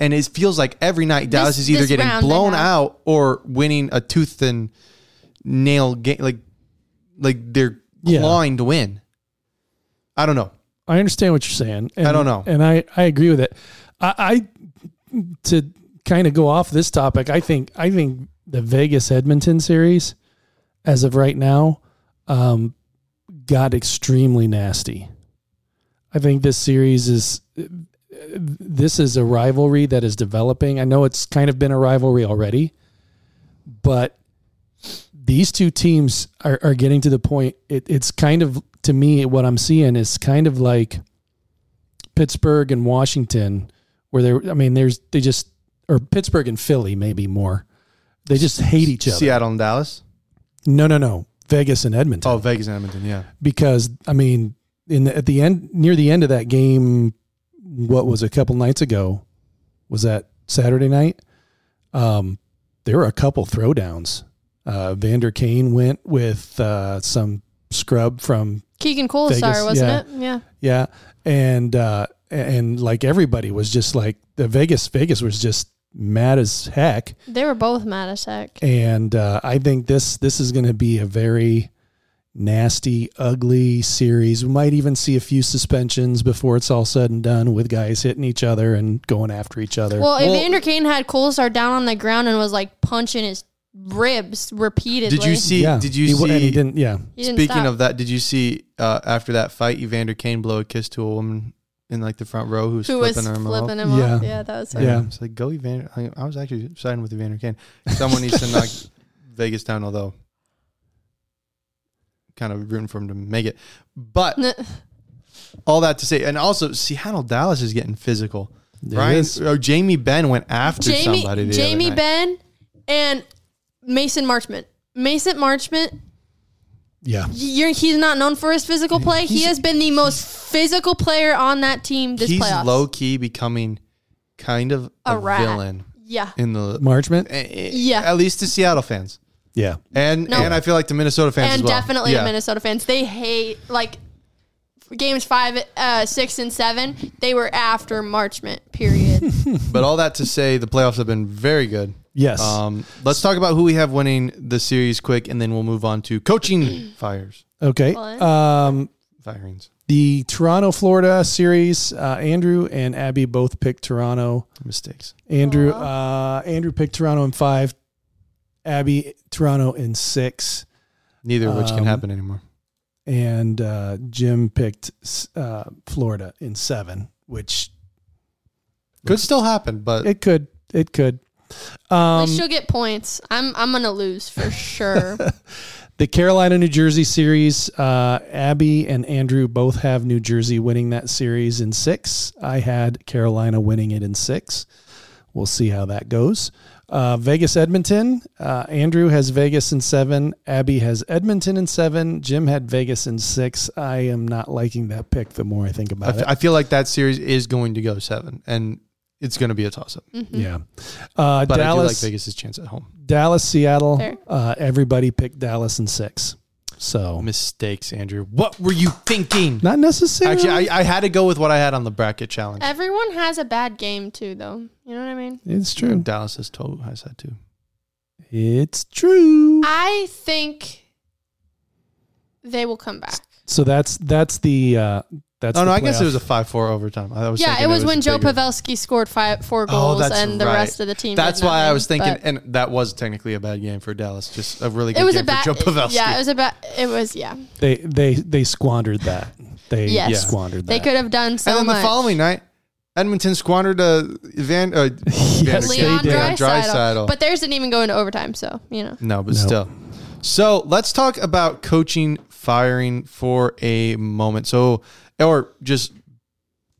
Speaker 1: and it feels like every night Dallas
Speaker 3: This-
Speaker 1: is either
Speaker 3: this
Speaker 1: getting
Speaker 3: round they
Speaker 1: blown
Speaker 3: have.
Speaker 1: out or winning a tooth and nail game. Like, like they're
Speaker 2: Yeah.
Speaker 1: clawing to win. I don't know.
Speaker 2: I understand what you're saying. And,
Speaker 1: I don't know.
Speaker 2: And I, I agree with it. I, I to kind of go off this topic, I think I think the Vegas Edmonton series, as of right now, um, got extremely nasty. I think this series is this is a rivalry that is developing. I know it's kind of been a rivalry already, but these two teams are, are getting to the point. It, it's kind of to me what I'm seeing is kind of like Pittsburgh and Washington, where they're. I mean, there's they just or Pittsburgh and Philly maybe more. They just hate each other.
Speaker 1: Seattle and Dallas.
Speaker 2: No, no, no. Vegas and Edmonton
Speaker 1: Oh, Vegas and Edmonton. Yeah,
Speaker 2: because I mean, in the, at the end, near the end of that game, what was a couple nights ago, was that Saturday night? Um, there were a couple throwdowns. Uh, Vander Kane went with uh, some scrub from
Speaker 3: Keegan Cole is
Speaker 2: Vegas,
Speaker 3: sorry, wasn't
Speaker 2: yeah.
Speaker 3: it? Yeah.
Speaker 2: yeah, and uh, and like everybody was just like the Vegas Vegas was just mad as heck.
Speaker 3: They were both mad as heck.
Speaker 2: and uh, I think this this is going to be a very nasty, ugly series. We might even see a few suspensions before it's all said and done with guys hitting each other and going after each other.
Speaker 3: Well,
Speaker 1: Well-
Speaker 3: Evander Kane had Colasar down on the ground and was like punching his ribs repeatedly.
Speaker 1: Did you see?
Speaker 2: yeah.
Speaker 1: Did you
Speaker 2: he,
Speaker 1: see?
Speaker 2: And he didn't. Yeah.
Speaker 3: He didn't
Speaker 1: Speaking
Speaker 3: stop.
Speaker 1: of that, did you see uh, after that fight, Evander Kane blow a kiss to a woman in like the front row who was
Speaker 3: who was
Speaker 1: flipping
Speaker 3: flipping,
Speaker 1: her off?
Speaker 3: him off?
Speaker 2: Yeah.
Speaker 3: Yeah, that was.
Speaker 2: Yeah.
Speaker 3: funny.
Speaker 1: it's like go Evander. I, I was actually siding with Evander Kane. Someone needs to knock Vegas down, although kind of rooting for him to make it. But all that to say, and also Seattle Dallas is getting physical.
Speaker 2: There it
Speaker 1: Ryan
Speaker 2: is.
Speaker 1: or Jamie Ben went after
Speaker 3: Jamie,
Speaker 1: somebody. The
Speaker 3: Jamie
Speaker 1: other night.
Speaker 3: Ben, and Mason Marchment. Mason Marchment,
Speaker 2: Yeah.
Speaker 3: you're, he's not known for his physical play. he
Speaker 1: He's-
Speaker 3: has been the most physical player on that team this
Speaker 1: He's
Speaker 3: playoffs.
Speaker 1: low key becoming kind of a,
Speaker 3: A rat.
Speaker 1: villain
Speaker 3: Yeah,
Speaker 1: in the
Speaker 2: Marchment.
Speaker 1: yeah.
Speaker 3: Yeah.
Speaker 1: At least to Seattle fans.
Speaker 2: Yeah.
Speaker 1: And
Speaker 3: No.
Speaker 1: and I feel like the Minnesota fans
Speaker 3: and
Speaker 1: as well.
Speaker 3: definitely
Speaker 1: Yeah.
Speaker 3: the Minnesota fans. They hate like games five, uh, six, and seven. They were after Marchment. Period.
Speaker 1: But all that to say, the playoffs have been very good.
Speaker 2: Yes.
Speaker 1: Um, let's talk about who we have winning the series quick, and then we'll move on to coaching fires,
Speaker 2: okay.
Speaker 3: What?
Speaker 2: Um,
Speaker 1: firings.
Speaker 2: the Toronto, Florida series, uh, Andrew and Abby both picked Toronto.
Speaker 1: Mistakes.
Speaker 2: Andrew, uh, Andrew picked Toronto in five. Abby, Toronto in six.
Speaker 1: Neither of which can
Speaker 2: Um,
Speaker 1: happen anymore.
Speaker 2: and uh, Jim picked s- uh, Florida in seven, which
Speaker 1: Could still happen, but
Speaker 2: it could, it could.
Speaker 3: At
Speaker 2: Um,
Speaker 3: least she'll get points. I'm I'm gonna lose for sure.
Speaker 2: the Carolina New Jersey series, uh, Abby and Andrew both have New Jersey winning that series in six. I had Carolina winning it in six. We'll see how that goes. Uh, Vegas Edmonton. Uh, Andrew has Vegas in seven. Abby has Edmonton in seven. Jim had Vegas in six. I am not liking that pick the more I think
Speaker 1: I
Speaker 2: about it.
Speaker 1: f- I feel like that series is going to go seven, and it's going to be a toss up.
Speaker 3: Mm-hmm.
Speaker 2: Yeah.
Speaker 1: But I
Speaker 2: Uh,
Speaker 1: do like
Speaker 2: Dallas,
Speaker 1: Vegas' chance at home.
Speaker 2: Dallas, Seattle.
Speaker 3: Fair.
Speaker 2: Uh, everybody picked Dallas in six. So
Speaker 1: Mistakes, Andrew. What were you thinking?
Speaker 2: not necessarily.
Speaker 1: Actually, I, I had to go with what I had on the bracket challenge.
Speaker 3: Everyone has a bad game too, though. You know what I mean?
Speaker 2: it's true.
Speaker 1: Dallas has told has that too.
Speaker 2: It's true.
Speaker 3: I think they will come back.
Speaker 2: So that's that's the uh, that's.
Speaker 1: oh
Speaker 2: the
Speaker 1: no, I guess
Speaker 2: playoff.
Speaker 1: it was a five four overtime. I was
Speaker 3: yeah,
Speaker 1: thinking
Speaker 3: it was, when
Speaker 1: a
Speaker 3: Joe
Speaker 1: bigger-
Speaker 3: Pavelski scored five, four goals,
Speaker 1: that's
Speaker 3: and the
Speaker 1: right.
Speaker 3: rest of the team.
Speaker 1: That's
Speaker 3: did
Speaker 1: why I
Speaker 3: nothing,
Speaker 1: was thinking,
Speaker 3: but
Speaker 1: and that was technically a bad game for Dallas. Just a really good
Speaker 3: It was
Speaker 1: game
Speaker 3: a bad.
Speaker 1: for Joe Pavelski.
Speaker 3: Yeah, it was a bad. It was yeah.
Speaker 2: They they they squandered that. They
Speaker 3: Yes.
Speaker 2: yeah, squandered that.
Speaker 3: They could have done so
Speaker 1: and then
Speaker 3: much.
Speaker 1: the following night, Edmonton squandered a Van. Uh,
Speaker 2: Yes, they
Speaker 3: Leon
Speaker 2: did.
Speaker 1: Leon Draisaitl.
Speaker 3: Draisaitl, but theirs didn't even go into overtime. So you know,
Speaker 1: no, but
Speaker 2: No.
Speaker 1: still. So let's talk about coaching firing for a moment. So, or just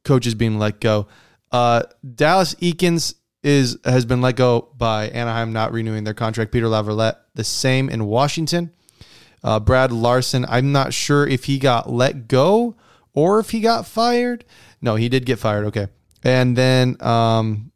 Speaker 1: coaches being let go. Uh, Dallas Eakins is has been let go by Anaheim, not renewing their contract. Peter Laverlette, the same in Washington. Uh, Brad Larson, I'm not sure if he got let go or if he got fired. No, he did get fired. Okay, and then um,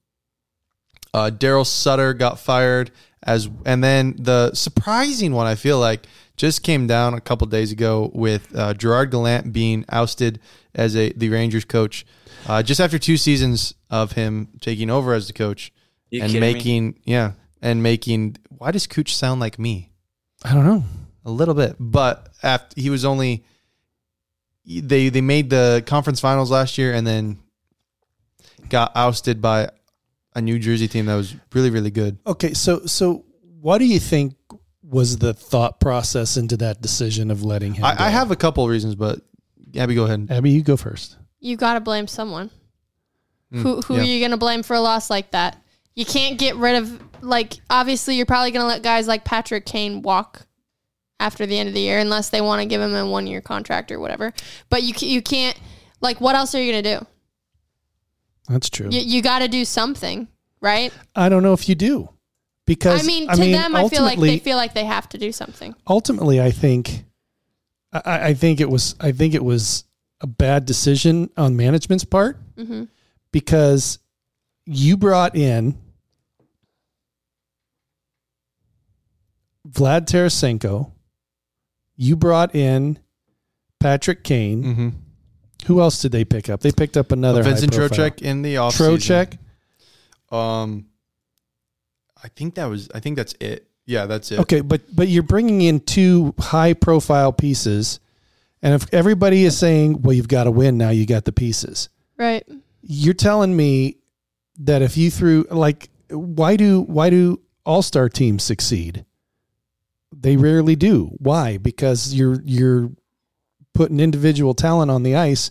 Speaker 1: uh, Daryl Sutter got fired as, and then the surprising one I feel like just came down a couple days ago with uh, Gerard Gallant being ousted as a the Rangers coach, uh, just after two seasons of him taking over as the coach
Speaker 4: You
Speaker 1: and
Speaker 4: kidding me?
Speaker 1: making yeah and making. Why does Cooch sound like me?
Speaker 2: I don't know.
Speaker 1: a little bit, but after he was only they they made the conference finals last year and then got ousted by a New Jersey team that was really really good.
Speaker 2: Okay, so so what do you think was the thought process into that decision of letting him? go?
Speaker 1: I, I have a couple reasons, but Abby, go ahead.
Speaker 2: Abby. You go first.
Speaker 3: you got to blame someone.
Speaker 1: Mm,
Speaker 3: who who
Speaker 1: yeah.
Speaker 3: are you going to blame for a loss like that? You can't get rid of like obviously you're probably going to let guys like Patrick Kane walk after the end of the year unless they want to give him a one year contract or whatever. But you ca- you can't like what else are you going to do?
Speaker 2: That's true.
Speaker 3: You you got to do something, right?
Speaker 2: I don't know if you do, because
Speaker 3: I mean, to them, I feel like they feel like they have to do something.
Speaker 2: ultimately I think I- I, I think it was I think it was a bad decision on management's part
Speaker 3: Mhm.
Speaker 2: because you brought in Vlad Tarasenko, you brought in Patrick Kane.
Speaker 1: Mm-hmm.
Speaker 2: Who else did they pick up? They picked up another
Speaker 1: Vincent
Speaker 2: high profile.
Speaker 1: Trocheck in the off
Speaker 2: Trocheck.
Speaker 1: Um, I think that was I think that's it. Yeah, that's it.
Speaker 2: Okay, but but you're bringing in two high profile pieces, and if everybody is saying, "Well, you've got to win now," you got the pieces.
Speaker 3: Right.
Speaker 2: You're telling me that if you threw like why do why do all star teams succeed? They rarely do. Why? Because you're you're putting individual talent on the ice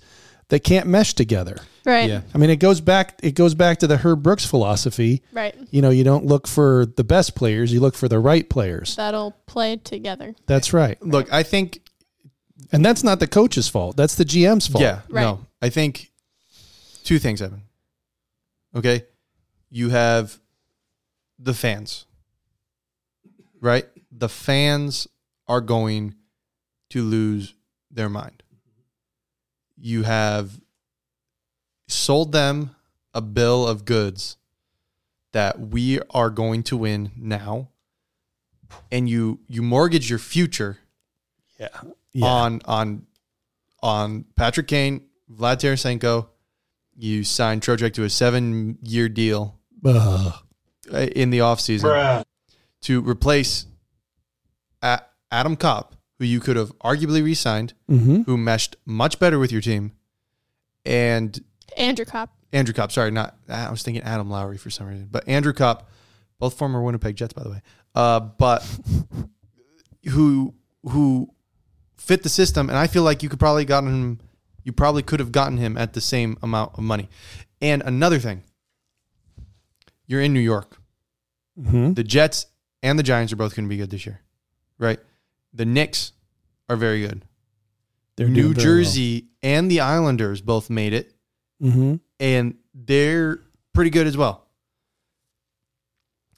Speaker 2: that can't mesh together.
Speaker 3: Right.
Speaker 1: Yeah.
Speaker 2: I mean, it goes back it goes back to the Herb Brooks philosophy.
Speaker 3: Right.
Speaker 2: You know, you don't look for the best players; you look for the right players.
Speaker 3: That'll play together.
Speaker 2: That's right.
Speaker 1: Look, I think
Speaker 2: And that's not the coach's fault. That's the GM's fault.
Speaker 1: Yeah.
Speaker 3: Right.
Speaker 1: No. I think two things happen. Okay. You have the fans, right? The fans are going to lose their mind. You have sold them a bill of goods that we are going to win now and you you mortgage your future
Speaker 2: Yeah.
Speaker 1: on on on Patrick Kane, Vlad Tarasenko. You signed Trojek to a seven-year deal
Speaker 2: Ugh.
Speaker 1: uh, in the offseason to replace A- Adam Kopp, who you could have arguably re-signed,
Speaker 2: Mhm.
Speaker 1: who meshed much better with your team, and
Speaker 3: Andrew Cop.
Speaker 1: Andrew Kopp. Sorry, not I was thinking Adam Lowry for some reason, but Andrew Kopp, both former Winnipeg Jets, by the way. Uh, but who who fit the system, and I feel like you could probably gotten him. You probably could have gotten him at the same amount of money. And another thing, you're in New York.
Speaker 2: Mhm.
Speaker 1: The Jets and the Giants are both going to be good this year, right? The Knicks are very good.
Speaker 2: They're
Speaker 1: New
Speaker 2: doing very well.
Speaker 1: Jersey and the Islanders both made it
Speaker 2: Mhm.
Speaker 1: and they're pretty good as well.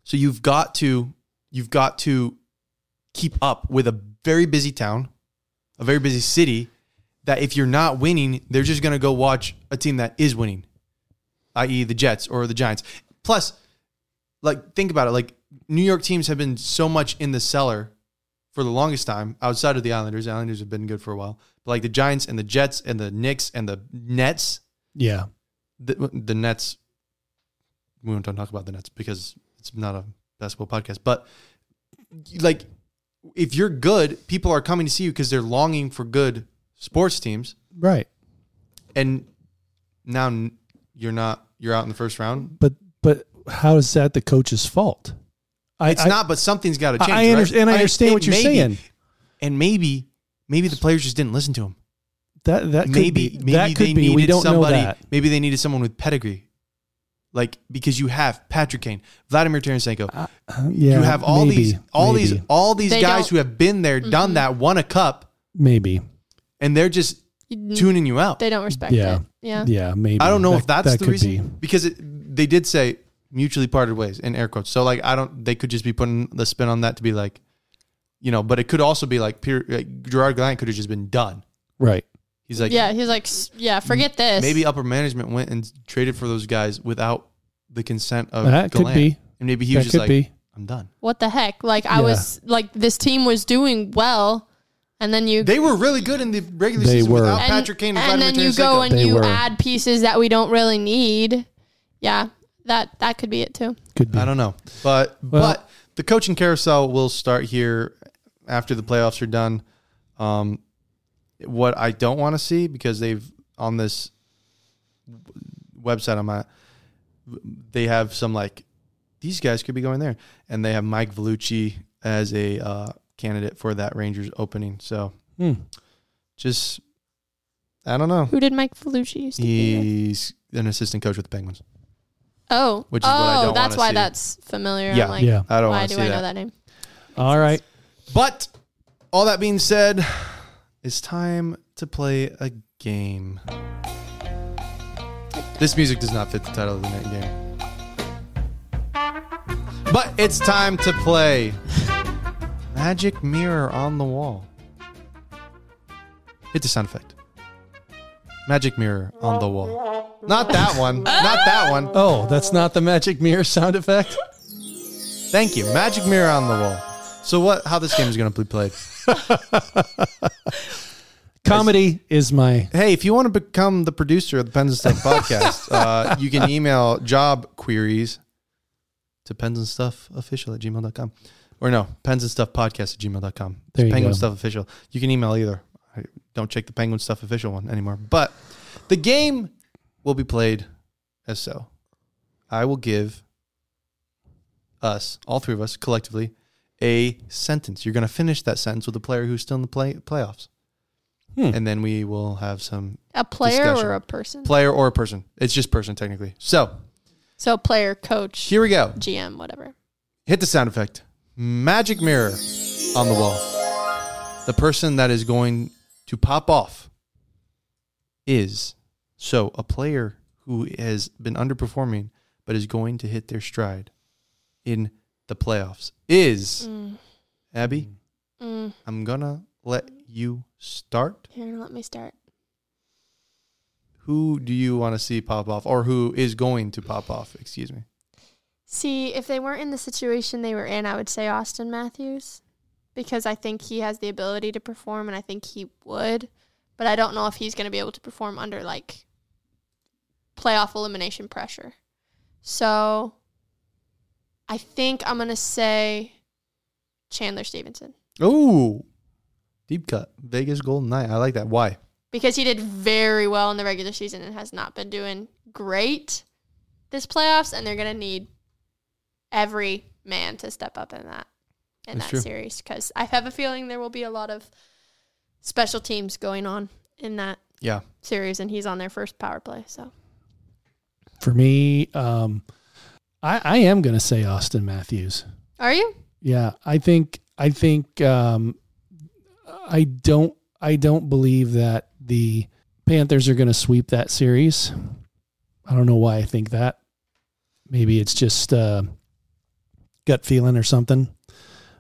Speaker 1: So you've got to you've got to keep up with a very busy town, a very busy city that if you're not winning, they're just going to go watch a team that is winning, i.e. the Jets or the Giants. Plus like think about it, like New York teams have been so much in the cellar for the longest time outside of the Islanders. The Islanders have been good for a while. But like the Giants and the Jets and the Knicks and the Nets,
Speaker 2: Yeah.
Speaker 1: the, the Nets. We won't talk about the Nets because it's not a basketball podcast. But like, if you're good, people are coming to see you because they're longing for good sports teams.
Speaker 2: Right.
Speaker 1: And now n- you're not. You're out in the first round.
Speaker 2: But but how is that the coach's fault? I,
Speaker 1: It's
Speaker 2: I-
Speaker 1: not, but something's got to
Speaker 2: I-
Speaker 1: change.
Speaker 2: I,
Speaker 1: right?
Speaker 2: under- and I understand
Speaker 1: it
Speaker 2: what you're
Speaker 1: may be-
Speaker 2: saying.
Speaker 1: And maybe, maybe the players just didn't listen to him.
Speaker 2: That that could
Speaker 1: maybe
Speaker 2: be.
Speaker 1: maybe
Speaker 2: that
Speaker 1: they
Speaker 2: could be.
Speaker 1: needed
Speaker 2: We don't
Speaker 1: somebody.
Speaker 2: know that.
Speaker 1: Maybe they needed someone with pedigree, like because you have Patrick Kane, Vladimir Tarasenko,
Speaker 2: Uh, yeah.
Speaker 1: you have all
Speaker 2: maybe,
Speaker 1: these all
Speaker 2: maybe,
Speaker 1: these all these
Speaker 3: They
Speaker 1: guys
Speaker 3: don't- Mm-hmm.
Speaker 1: who have been there, done that, won a cup,
Speaker 2: maybe.
Speaker 1: and they're just
Speaker 3: You-
Speaker 1: tuning you out.
Speaker 3: Mm. They don't respect
Speaker 2: Yeah.
Speaker 3: it. Yeah.
Speaker 2: Yeah. Maybe.
Speaker 1: I don't know
Speaker 2: That-
Speaker 1: if that's
Speaker 2: that
Speaker 1: the
Speaker 2: could
Speaker 1: reason
Speaker 2: be.
Speaker 1: because it, they did say mutually parted ways in air quotes. So like I don't they could just be putting the spin on that to be like you know, but it could also be like, Pierre, like Gerard Gallant could have just been done.
Speaker 2: Right.
Speaker 1: He's like
Speaker 3: yeah. He's like, "S- yeah, forget this.
Speaker 1: maybe upper management went and traded for those guys without the consent of
Speaker 2: That could
Speaker 1: Gallant.
Speaker 2: be.
Speaker 1: And maybe he was
Speaker 2: That
Speaker 1: just
Speaker 2: could
Speaker 1: like
Speaker 2: be.
Speaker 1: I'm done.
Speaker 3: what the heck? Like I
Speaker 2: Yeah.
Speaker 3: was like this team was doing well, and then you
Speaker 1: They were really good in the regular
Speaker 2: They
Speaker 1: season
Speaker 2: were.
Speaker 1: without
Speaker 3: and,
Speaker 1: Patrick Kane and,
Speaker 3: and
Speaker 1: Vladimir
Speaker 3: then you
Speaker 1: Tarasenko.
Speaker 3: go and
Speaker 2: They
Speaker 3: you
Speaker 2: were.
Speaker 3: add pieces that we don't really need. Yeah, that that could be it too.
Speaker 2: Could be.
Speaker 1: I don't know, but
Speaker 2: Well-
Speaker 1: but the coaching carousel will start here after the playoffs are done. Um, what I don't want to see because they've on this website I'm at, they have some like these guys could be going there, and they have Mike Vellucci as a uh, candidate for that Rangers opening. So
Speaker 2: Hmm.
Speaker 1: just I don't know.
Speaker 3: Who did Mike Vellucci used to be? with?
Speaker 1: He's an assistant coach with the Penguins.
Speaker 3: Oh,
Speaker 1: Which is
Speaker 3: oh,
Speaker 1: what I don't wanna
Speaker 3: that's why
Speaker 1: see.
Speaker 3: that's familiar.
Speaker 1: Yeah.
Speaker 3: I'm like,
Speaker 2: Yeah.
Speaker 1: I don't
Speaker 3: why
Speaker 1: want
Speaker 3: do
Speaker 1: to see
Speaker 3: I
Speaker 1: that.
Speaker 3: know that name?
Speaker 2: All right.
Speaker 1: But all that being said, it's time to play a game. This music does not fit the title of the night game. But it's time to play Magic Mirror on the Wall. Hit the sound effect. Magic Mirror on the Wall. Not that one. Not that one.
Speaker 2: Oh, that's not the magic mirror sound effect.
Speaker 1: Thank you. Magic Mirror on the Wall. So what how this game is going to be played?
Speaker 2: Comedy is my
Speaker 1: hey, if you want to become the producer of the Pens and Stuff podcast, uh, you can email job queries to pens and stuff official at gmail.com. Or no, pens and stuff podcast at gmail.com.
Speaker 2: There you
Speaker 1: Penguin
Speaker 2: go.
Speaker 1: stuff official. You can email either. I don't check the penguin stuff official one anymore. But the game will be played as so. I will give us, all three of us collectively, a sentence. You're going to finish that sentence with a player who's still in the play, playoffs.
Speaker 2: Hmm.
Speaker 1: And then we will have some
Speaker 3: A player
Speaker 1: Discussion.
Speaker 3: or a person?
Speaker 1: player or a person. It's just person technically. So
Speaker 3: so player, coach,
Speaker 1: here we go.
Speaker 3: GM, whatever.
Speaker 1: Hit the sound effect. Magic mirror on the wall. The person that is going to pop off is so a player who has been underperforming but is going to hit their stride in the playoffs is
Speaker 3: Mm,
Speaker 1: Abby.
Speaker 3: mm,
Speaker 1: I'm gonna let you start.
Speaker 3: here, let me start.
Speaker 1: Who do you want to see pop off, or who is going to pop off? Excuse me.
Speaker 3: See, if they weren't in the situation they were in, I would say Austin Matthews because I think he has the ability to perform and I think he would. But I don't know if he's going to be able to perform under like playoff elimination pressure. So I think I'm going to say Chandler Stevenson
Speaker 1: Oh, deep cut. Vegas Golden Knight. I like that. Why?
Speaker 3: because he did very well in the regular season and has not been doing great this playoffs and they're going to need every man to step up in that in
Speaker 1: That's
Speaker 3: that
Speaker 1: true.
Speaker 3: series cuz I have a feeling there will be a lot of special teams going on in that
Speaker 1: Yeah.
Speaker 3: series and he's on their first power play so
Speaker 2: For me, um, I, I am going to say Austin Matthews.
Speaker 3: are you
Speaker 2: Yeah, I think I think um, I don't I don't believe that the Panthers are going to sweep that series. I don't know why I think that. Maybe it's just uh, gut feeling or something.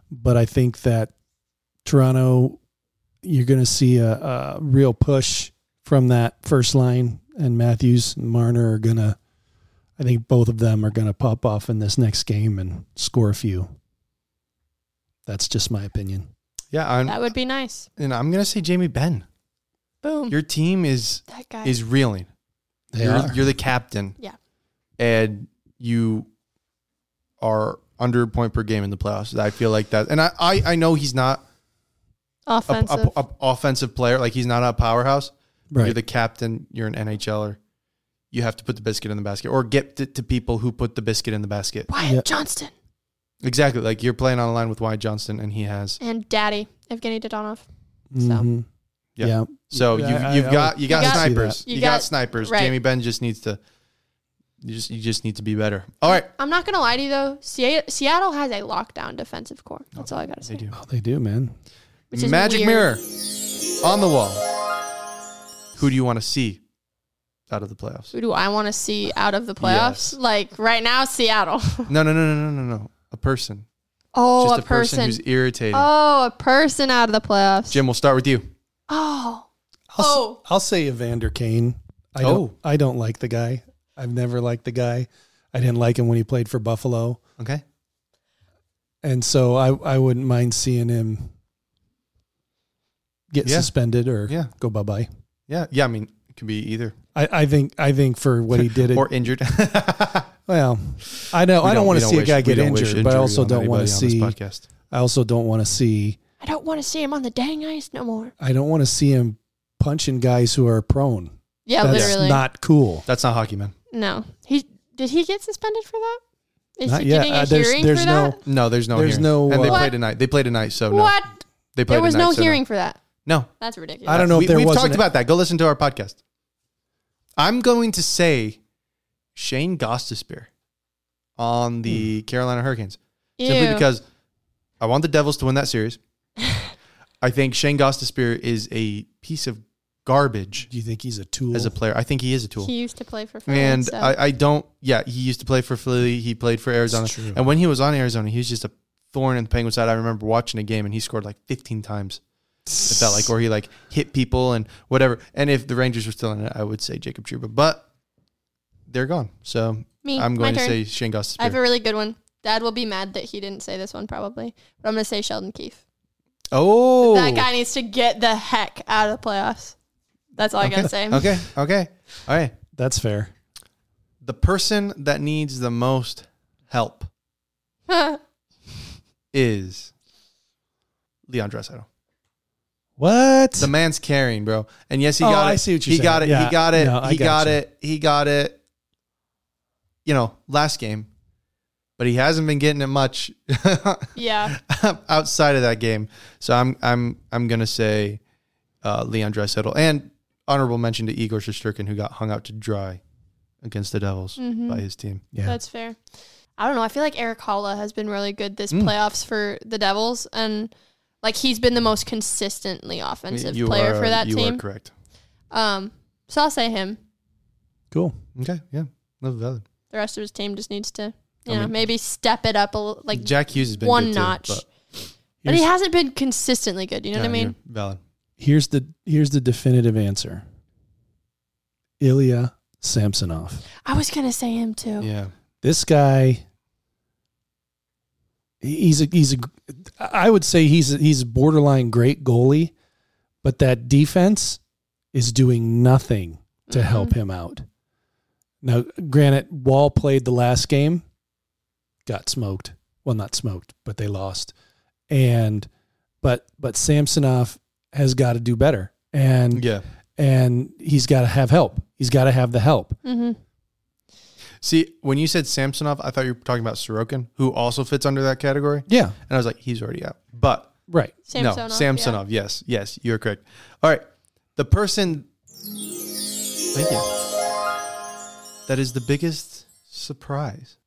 Speaker 2: But I think that Toronto, you're going to see a, a real push from that first line, and Matthews and Marner are going to. I think both of them are going to pop off in this next game and score a few. That's just my opinion.
Speaker 1: Yeah. I'm,
Speaker 3: that would be nice
Speaker 1: and I'm gonna say Jamie Ben.
Speaker 3: boom
Speaker 1: Your team is
Speaker 3: that guy
Speaker 1: is reeling.
Speaker 2: They
Speaker 1: you're,
Speaker 2: are.
Speaker 1: you're the captain.
Speaker 3: Yeah.
Speaker 1: And you are under a point per game in the playoffs. I feel like that. And I I, I know he's not a,
Speaker 3: offensive
Speaker 1: a, a offensive player. Like he's not a powerhouse. You're
Speaker 2: right.
Speaker 1: the captain. You're an NHLer. You have to put the biscuit in the basket, or get it to people who put the biscuit in the basket.
Speaker 3: Wyatt
Speaker 2: Yeah.
Speaker 3: Johnston
Speaker 1: Exactly. Like you're playing on a line with Wyatt Johnston, and he has.
Speaker 3: and Daddy Evgeny Dodonov
Speaker 2: Mhm.
Speaker 1: Yeah.
Speaker 2: Yeah.
Speaker 1: So
Speaker 2: Yeah,
Speaker 1: you've
Speaker 2: I-
Speaker 1: you've
Speaker 2: I
Speaker 1: got you got
Speaker 3: You got-
Speaker 1: snipers.
Speaker 3: You
Speaker 1: You, got,
Speaker 3: got-
Speaker 1: snipers.
Speaker 3: right.
Speaker 1: Jamie Ben just needs to. You just you just need to be better. All right.
Speaker 3: I'm not gonna lie to you though. Sea- Seattle has a lockdown defensive core. That's all I gotta
Speaker 1: They
Speaker 3: say.
Speaker 1: do.
Speaker 2: Oh, they do, man.
Speaker 3: Which is
Speaker 1: Magic
Speaker 3: weird.
Speaker 1: mirror on the wall. Who do you want to see out of the playoffs?
Speaker 3: Who do I want to see out of the playoffs?
Speaker 1: Yes.
Speaker 3: Like right now, Seattle.
Speaker 1: No, no, no, no, no, no, no. A person.
Speaker 3: oh,
Speaker 1: just
Speaker 3: a, person.
Speaker 1: who's irritated.
Speaker 3: oh, a person out of the playoffs.
Speaker 1: Jim, we'll start with you.
Speaker 3: Oh,
Speaker 2: I'll, s-
Speaker 3: Oh.
Speaker 2: I'll say Evander Kane. I don't,
Speaker 1: Oh.
Speaker 2: I don't like the guy. I've never liked the guy. I didn't like him when he played for Buffalo.
Speaker 1: Okay.
Speaker 2: And so I, I wouldn't mind seeing him get
Speaker 1: Yeah.
Speaker 2: suspended or
Speaker 1: Yeah.
Speaker 2: go bye bye.
Speaker 1: Yeah. Yeah. I mean, it could be either
Speaker 2: I, I think I think for what he did, it,
Speaker 1: or injured.
Speaker 2: well, I know
Speaker 1: We
Speaker 2: I don't want to
Speaker 1: we
Speaker 2: see a
Speaker 1: wish-
Speaker 2: guy
Speaker 1: we
Speaker 2: get
Speaker 1: don't wish
Speaker 2: injured, but I
Speaker 1: injury
Speaker 2: also
Speaker 1: on
Speaker 2: don't want to
Speaker 1: anybody
Speaker 2: see.
Speaker 1: on this podcast.
Speaker 2: I also don't want to see.
Speaker 3: I don't want to see him on the dang ice no more.
Speaker 2: I don't want to see him punching guys who are prone.
Speaker 3: Yeah,
Speaker 2: That's
Speaker 3: literally.
Speaker 2: not cool.
Speaker 1: That's not hockey, man.
Speaker 3: no, he did he get suspended for that? Is
Speaker 2: Not
Speaker 3: he
Speaker 2: yet.
Speaker 3: getting a
Speaker 2: Uh, there's-
Speaker 3: hearing
Speaker 2: there's
Speaker 3: for
Speaker 2: no-
Speaker 3: that?
Speaker 1: No, there's no.
Speaker 2: There's
Speaker 1: hearing.
Speaker 2: no,
Speaker 1: And they
Speaker 2: uh,
Speaker 1: played tonight. They played tonight. So no,
Speaker 3: what?
Speaker 1: they played.
Speaker 3: There was
Speaker 1: tonight,
Speaker 3: no
Speaker 1: so
Speaker 3: hearing for that.
Speaker 1: No.
Speaker 3: That's ridiculous.
Speaker 2: I don't know if
Speaker 1: we,
Speaker 2: there
Speaker 1: we've
Speaker 2: was
Speaker 1: talked about that. Go listen to our podcast. I'm going to say Shane Gostisbehere on the
Speaker 2: Hmm.
Speaker 1: Carolina Hurricanes simply
Speaker 3: Ew.
Speaker 1: because I want the Devils to win that series. I think Shane Gostisbehere is a piece of garbage
Speaker 2: Do you think he's a tool?
Speaker 1: as a player. I think he is a tool.
Speaker 3: he uh, used to play for.
Speaker 1: and
Speaker 3: Finland, so.
Speaker 1: I, I don't. Yeah, he used to play for Philly. He played for Arizona.
Speaker 2: true.
Speaker 1: And when he was on Arizona, he was just a thorn in the Penguins' side. I remember watching a game and he scored like 15 times. It felt like, or he like hit people and whatever. And if the Rangers were still in it, I would say Jacob Truba, but they're gone. So
Speaker 3: Me,
Speaker 1: I'm going
Speaker 3: my
Speaker 1: to
Speaker 3: turn.
Speaker 1: say Shane
Speaker 3: I have a
Speaker 1: Gostisbehere.
Speaker 3: really good one. Dad will be mad that he didn't say this one probably, but I'm gonna say Sheldon Keefe.
Speaker 1: Oh,
Speaker 3: That guy needs to get the heck out of the playoffs. That's all I gotta say.
Speaker 1: Okay, okay, all right.
Speaker 2: That's fair.
Speaker 1: The person that needs the most help is Leon Draisaitl.
Speaker 2: What?
Speaker 1: The man's carrying, bro. And yes, he
Speaker 2: Oh,
Speaker 1: got it.
Speaker 2: I see what you're
Speaker 1: he
Speaker 2: saying.
Speaker 1: got it.
Speaker 2: Yeah.
Speaker 1: He got it.
Speaker 2: No, I
Speaker 1: he got
Speaker 2: gotcha.
Speaker 1: it. He got it. You know, last game, but he hasn't been getting it much
Speaker 3: Yeah.
Speaker 1: outside of that game. So I'm I'm I'm gonna say uh, Leon Draisaitl and honorable mention to Igor Shosturkin who got hung out to dry against the Devils
Speaker 3: Mhm.
Speaker 1: by his team.
Speaker 2: Yeah.
Speaker 3: That's fair. I don't know. I feel like Eric Halla has been really good this
Speaker 1: Mm.
Speaker 3: playoffs for the Devils, and like he's been the most consistently offensive
Speaker 1: You
Speaker 3: player
Speaker 1: are-
Speaker 3: for that
Speaker 1: you are
Speaker 3: team.
Speaker 1: correct.
Speaker 3: Um, so I'll say him.
Speaker 2: cool.
Speaker 1: Okay, yeah, no valid.
Speaker 3: The rest of his team just needs to, you
Speaker 1: I
Speaker 3: know,
Speaker 1: mean-
Speaker 3: maybe step it up a l- like
Speaker 1: Jack Hughes has been
Speaker 3: one
Speaker 1: good too,
Speaker 3: notch.
Speaker 1: but-
Speaker 3: but, he
Speaker 2: Here's-
Speaker 3: hasn't been consistently good. You know what I
Speaker 1: Yeah, you're
Speaker 3: mean?
Speaker 1: Valid.
Speaker 2: Here's the here's the definitive answer. Ilya Samsonov.
Speaker 3: I was gonna say him too.
Speaker 1: Yeah.
Speaker 2: This guy he's a he's a I would say he's a, he's a borderline great goalie, but that defense is doing nothing to help
Speaker 3: Mhm.
Speaker 2: him out. Now, granted, Wall played the last game, got smoked. Well, not smoked, but they lost. And but but Samsonov has got to do better, and
Speaker 1: Yeah.
Speaker 2: and he's got to have help. He's got to have the help.
Speaker 3: Mhm.
Speaker 1: See, when you said Samsonov, I thought you were talking about Sorokin, who also fits under that category.
Speaker 2: Yeah,
Speaker 1: And I was like, he's already out. But
Speaker 2: right.
Speaker 3: Samsonov.
Speaker 1: no,
Speaker 3: yeah.
Speaker 1: Samsonov. Yes. Yes. You're correct. All right. The person. Thank you. That is the biggest surprise.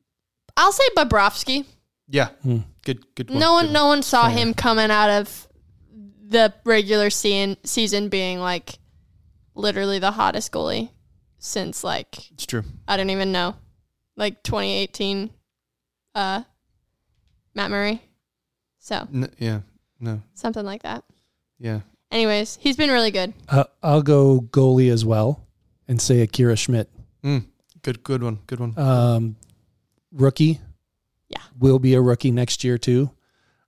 Speaker 3: I'll say Bobrovsky.
Speaker 1: Yeah.
Speaker 2: Hmm.
Speaker 1: Good. Good.
Speaker 3: No one,
Speaker 1: good
Speaker 3: no one saw
Speaker 2: Fair.
Speaker 3: him coming out of the regular season season being like literally the hottest goalie since like
Speaker 1: It's true.
Speaker 3: I don't even know, like 2018. Uh, Matt Murray, so
Speaker 1: N- yeah. No.
Speaker 3: something like that.
Speaker 1: Yeah.
Speaker 3: Anyways, he's been really good.
Speaker 2: Uh, I'll go goalie as well, and say Akira Schmidt,
Speaker 1: Mm. Good. Good one. Good one.
Speaker 2: um, rookie.
Speaker 3: Yeah.
Speaker 2: will be a rookie next year too.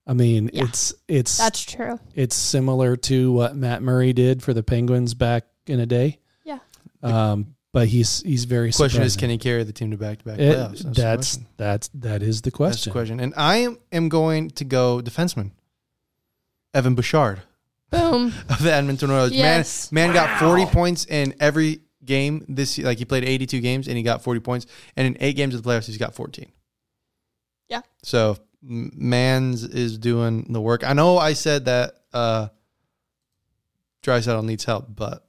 Speaker 2: I mean,
Speaker 3: Yeah.
Speaker 2: it's it's
Speaker 3: That's true.
Speaker 2: it's similar to what Matt Murray did for the Penguins back in a day.
Speaker 3: Yeah.
Speaker 2: Um, but he's he's very
Speaker 1: question is, can
Speaker 2: surprising.
Speaker 1: he carry the team to back-to-back
Speaker 2: It-
Speaker 1: playoffs? the
Speaker 2: that's
Speaker 1: question.
Speaker 2: that's that is
Speaker 1: That's the
Speaker 2: the question.
Speaker 1: question. And I am, am going to go defenseman. Evan Bouchard
Speaker 3: Boom.
Speaker 1: of the Edmonton Oilers.
Speaker 3: Yes.
Speaker 1: Man, man got 40 points in every game this year. Like he played 82 games and he got 40 points. And in eight games of the playoffs, he's got 14.
Speaker 3: Yeah.
Speaker 1: So m- Mans is doing the work. I know I said that uh Drysaddle needs help, but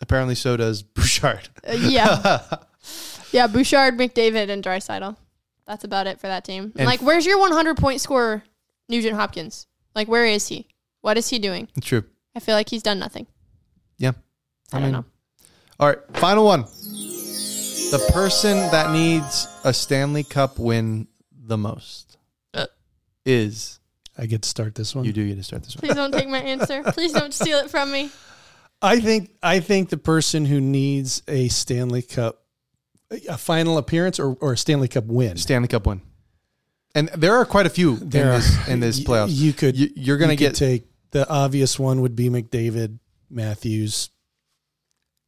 Speaker 1: apparently so does Bouchard.
Speaker 3: Uh, yeah, yeah. Bouchard, McDavid, and Drysidle. That's about it for that team.
Speaker 1: And-
Speaker 3: like, where's your 100 point scorer, Nugent Hopkins? Like, where is he? What is he doing?
Speaker 1: it's true.
Speaker 3: I feel like he's done nothing.
Speaker 1: Yeah.
Speaker 3: I,
Speaker 1: mean,
Speaker 3: don't know.
Speaker 1: All right, final one. The person that needs a Stanley Cup win the most
Speaker 3: Uh.
Speaker 1: is
Speaker 2: I get to start this one.
Speaker 1: you do get to start this one.
Speaker 3: Please don't take my answer. Please don't steal it from me.
Speaker 2: I think I think the person who needs a Stanley Cup, a final appearance or, or a Stanley Cup win.
Speaker 1: Stanley Cup win. And there are quite a few in
Speaker 2: There are-
Speaker 1: this, in this
Speaker 2: you-
Speaker 1: playoffs.
Speaker 2: you could-
Speaker 1: you, are going to
Speaker 2: You
Speaker 1: get
Speaker 2: could take the obvious one would be McDavid, Matthews.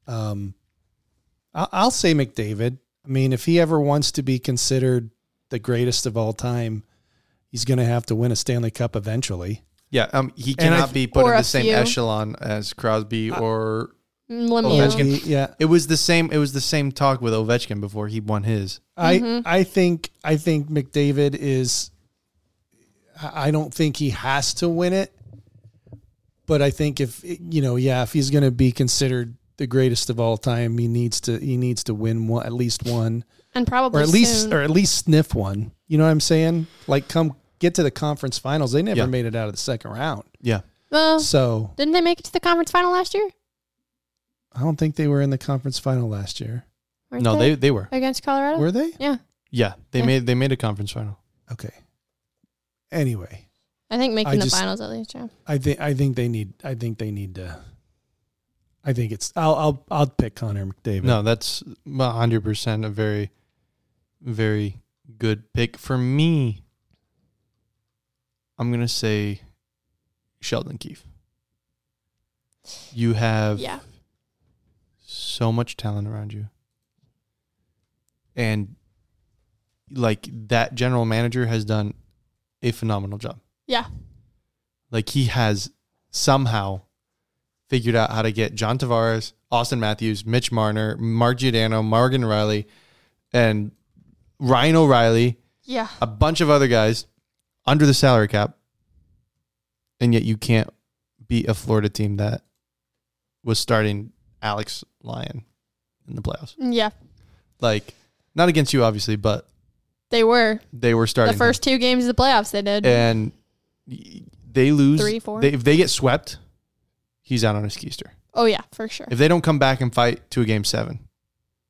Speaker 2: Um, I- I'll say McDavid. I mean, if he ever wants to be considered the greatest of all time, he's going to have to win a Stanley Cup eventually.
Speaker 1: yeah. Um, he
Speaker 2: And I
Speaker 1: cannot
Speaker 2: th-
Speaker 1: be put
Speaker 3: Or
Speaker 1: in
Speaker 3: a
Speaker 1: the same
Speaker 3: few.
Speaker 1: echelon as Crosby or
Speaker 3: Lemieux.
Speaker 1: Ovechkin.
Speaker 2: Yeah,
Speaker 1: it was the same. It was the same talk with Ovechkin before he won his.
Speaker 2: I I think I think McDavid is. I I don't think he has to win it, but I think if you know, yeah, if he's going to be considered the greatest of all time, he needs to he needs to win one, at least one,
Speaker 3: and probably
Speaker 2: or at least
Speaker 3: soon.
Speaker 2: or at least sniff one. You know what I'm saying? Like come get to the conference finals. They never
Speaker 1: Yeah.
Speaker 2: made it out of the second round,
Speaker 1: Yeah,
Speaker 3: well,
Speaker 2: so
Speaker 3: didn't they make it to the conference final last year?
Speaker 2: I don't think they were in the conference final last year.
Speaker 3: Weren't
Speaker 1: no, they they were.
Speaker 3: against Colorado.
Speaker 2: Were they?
Speaker 3: yeah,
Speaker 1: Yeah, they
Speaker 3: Yeah.
Speaker 1: made they made a conference final.
Speaker 2: Okay. Anyway,
Speaker 3: I think making
Speaker 2: I
Speaker 3: the
Speaker 2: just-
Speaker 3: finals at least. Yeah.
Speaker 2: I think I think they need I think they need to I think it's I'll I'll I'll pick Connor McDavid.
Speaker 1: No, that's 100% a very, very good pick. For me, I'm going to say Sheldon Keefe. You have
Speaker 3: yeah,
Speaker 1: so much talent around you. And like that general manager has done a phenomenal job.
Speaker 3: Yeah.
Speaker 1: Like he has somehow figured out how to get John Tavares, Austin Matthews, Mitch Marner, Mark Giordano, Morgan Riley, and Ryan O'Reilly,
Speaker 3: Yeah.
Speaker 1: a bunch of other guys under the salary cap. And yet you can't beat a Florida team that was starting Alex Lyon in the playoffs.
Speaker 3: Yeah.
Speaker 1: Like, not against you, obviously, but
Speaker 3: They were.
Speaker 1: they were starting
Speaker 3: The
Speaker 1: him.
Speaker 3: first two games of the playoffs they did.
Speaker 1: and y- they lose
Speaker 3: Three, four.
Speaker 1: They, if they get swept, he's out on his keister.
Speaker 3: oh yeah, for sure.
Speaker 1: If they don't come back and fight to a game seven,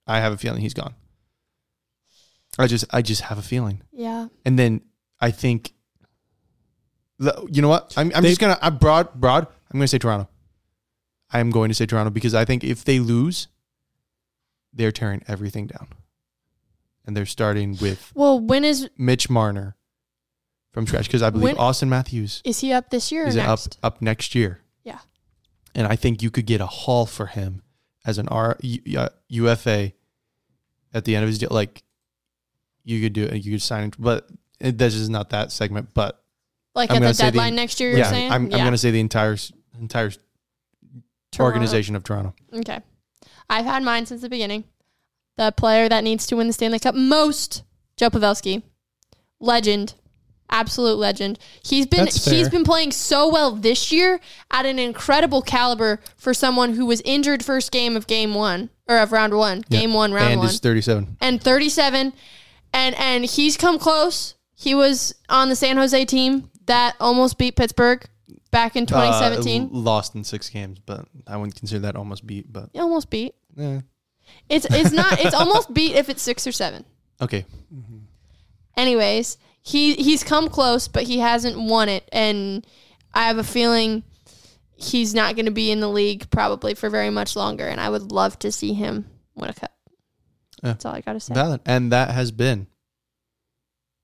Speaker 1: I have a feeling he's gone. I just, I just have a feeling.
Speaker 3: Yeah.
Speaker 1: And then I think, the- you know what? I'm, I'm
Speaker 2: They-
Speaker 1: just gonna, I broad, broad. I'm gonna say Toronto. I am going to say Toronto because I think if they lose, they're tearing everything down, and they're starting with
Speaker 3: Well, when is
Speaker 1: Mitch Marner from scratch because I believe
Speaker 3: When-
Speaker 1: Austin Matthews
Speaker 3: is he up this year or
Speaker 1: is it up
Speaker 3: next?
Speaker 1: up next year.
Speaker 3: Yeah.
Speaker 1: and I think you could get a haul for him as an R U- uh, UFA at the end of his deal. Like you could do it, you could sign it, but it, this is not that segment. But
Speaker 3: Like
Speaker 1: I'm
Speaker 3: at
Speaker 1: gonna
Speaker 3: the
Speaker 1: say the-
Speaker 3: deadline next year, you're
Speaker 1: yeah,
Speaker 3: saying?
Speaker 1: I'm, I'm going to say the entire s- entire s-
Speaker 3: Toronto.
Speaker 1: organization of Toronto.
Speaker 3: Okay. I've had mine since the beginning. The player that needs to win the Stanley Cup most, Joe Pavelski. Legend. Absolute legend. He's been
Speaker 2: That's fair.
Speaker 3: he's been playing so well this year at an incredible caliber for someone who was injured first game of game 1 or of round 1,
Speaker 1: Yeah.
Speaker 3: game 1 round
Speaker 1: and
Speaker 3: 1
Speaker 1: is 37.
Speaker 3: and 37 and and he's come close. He was on the San Jose team that almost beat Pittsburgh back in
Speaker 1: Uh,
Speaker 3: 2017.
Speaker 1: l- lost in six games, but I wouldn't consider that almost beat. But
Speaker 3: He almost beat.
Speaker 1: eh.
Speaker 3: It's it's not it's almost beat if it's 6 or 7.
Speaker 1: okay,
Speaker 2: Mm-hmm.
Speaker 3: anyways, he he's come close, but he hasn't won it, and I have a feeling he's not going to be in the league probably for very much longer. And I would love to see him win a cup.
Speaker 1: Yeah.
Speaker 3: That's all I got to say.
Speaker 1: Valid. And that has been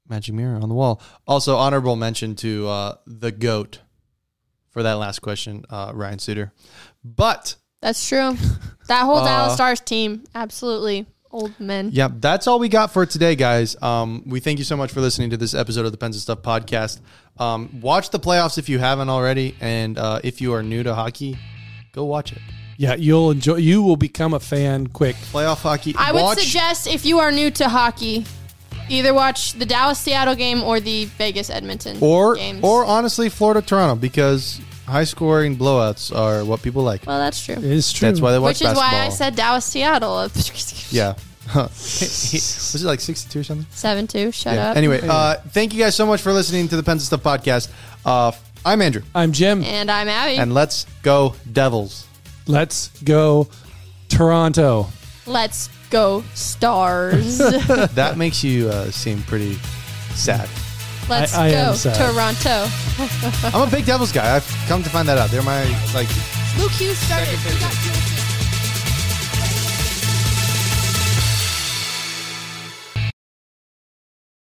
Speaker 1: Magic Mirror on the wall. Also, honorable mention to uh, the GOAT for that last question, uh, Ryan Suter. But
Speaker 3: That's true. That whole Dallas
Speaker 1: Uh,
Speaker 3: Stars team, absolutely old men.
Speaker 1: yeah, that's all we got for today, guys. Um, we thank you so much for listening to this episode of the Pens and Stuff podcast. Um, watch the playoffs if you haven't already. And uh, if you are new to hockey, go watch it.
Speaker 2: Yeah, you'll enjoy. You will become a fan quick.
Speaker 1: Playoff hockey.
Speaker 3: I would
Speaker 1: watch-
Speaker 3: suggest if you are new to hockey, either watch the Dallas Seattle game or the Vegas Edmonton
Speaker 1: Or,
Speaker 3: games.
Speaker 1: or honestly, Florida Toronto, because high scoring blowouts are what people like.
Speaker 3: well, that's true.
Speaker 2: It is true.
Speaker 1: That's why they watch
Speaker 3: Which is
Speaker 1: basketball.
Speaker 3: why I said Dallas Seattle.
Speaker 1: Yeah. was it like 62 or something?
Speaker 3: seven two. Shut
Speaker 1: Yeah.
Speaker 3: up.
Speaker 1: Anyway, uh, thank you guys so much for listening to the Pens and Stuff podcast. Uh, I'm Andrew,
Speaker 2: I'm Jim.
Speaker 3: And I'm Abby.
Speaker 1: and let's go Devils.
Speaker 2: Let's go, Toronto.
Speaker 3: Let's go stars.
Speaker 1: that makes you uh, seem pretty sad.
Speaker 3: Let's
Speaker 2: I- I am
Speaker 3: go
Speaker 2: sad.
Speaker 3: Toronto.
Speaker 1: I'm a big Devils guy. I've come to find that out. They're my like
Speaker 3: Luke Hughes started. He got guilty.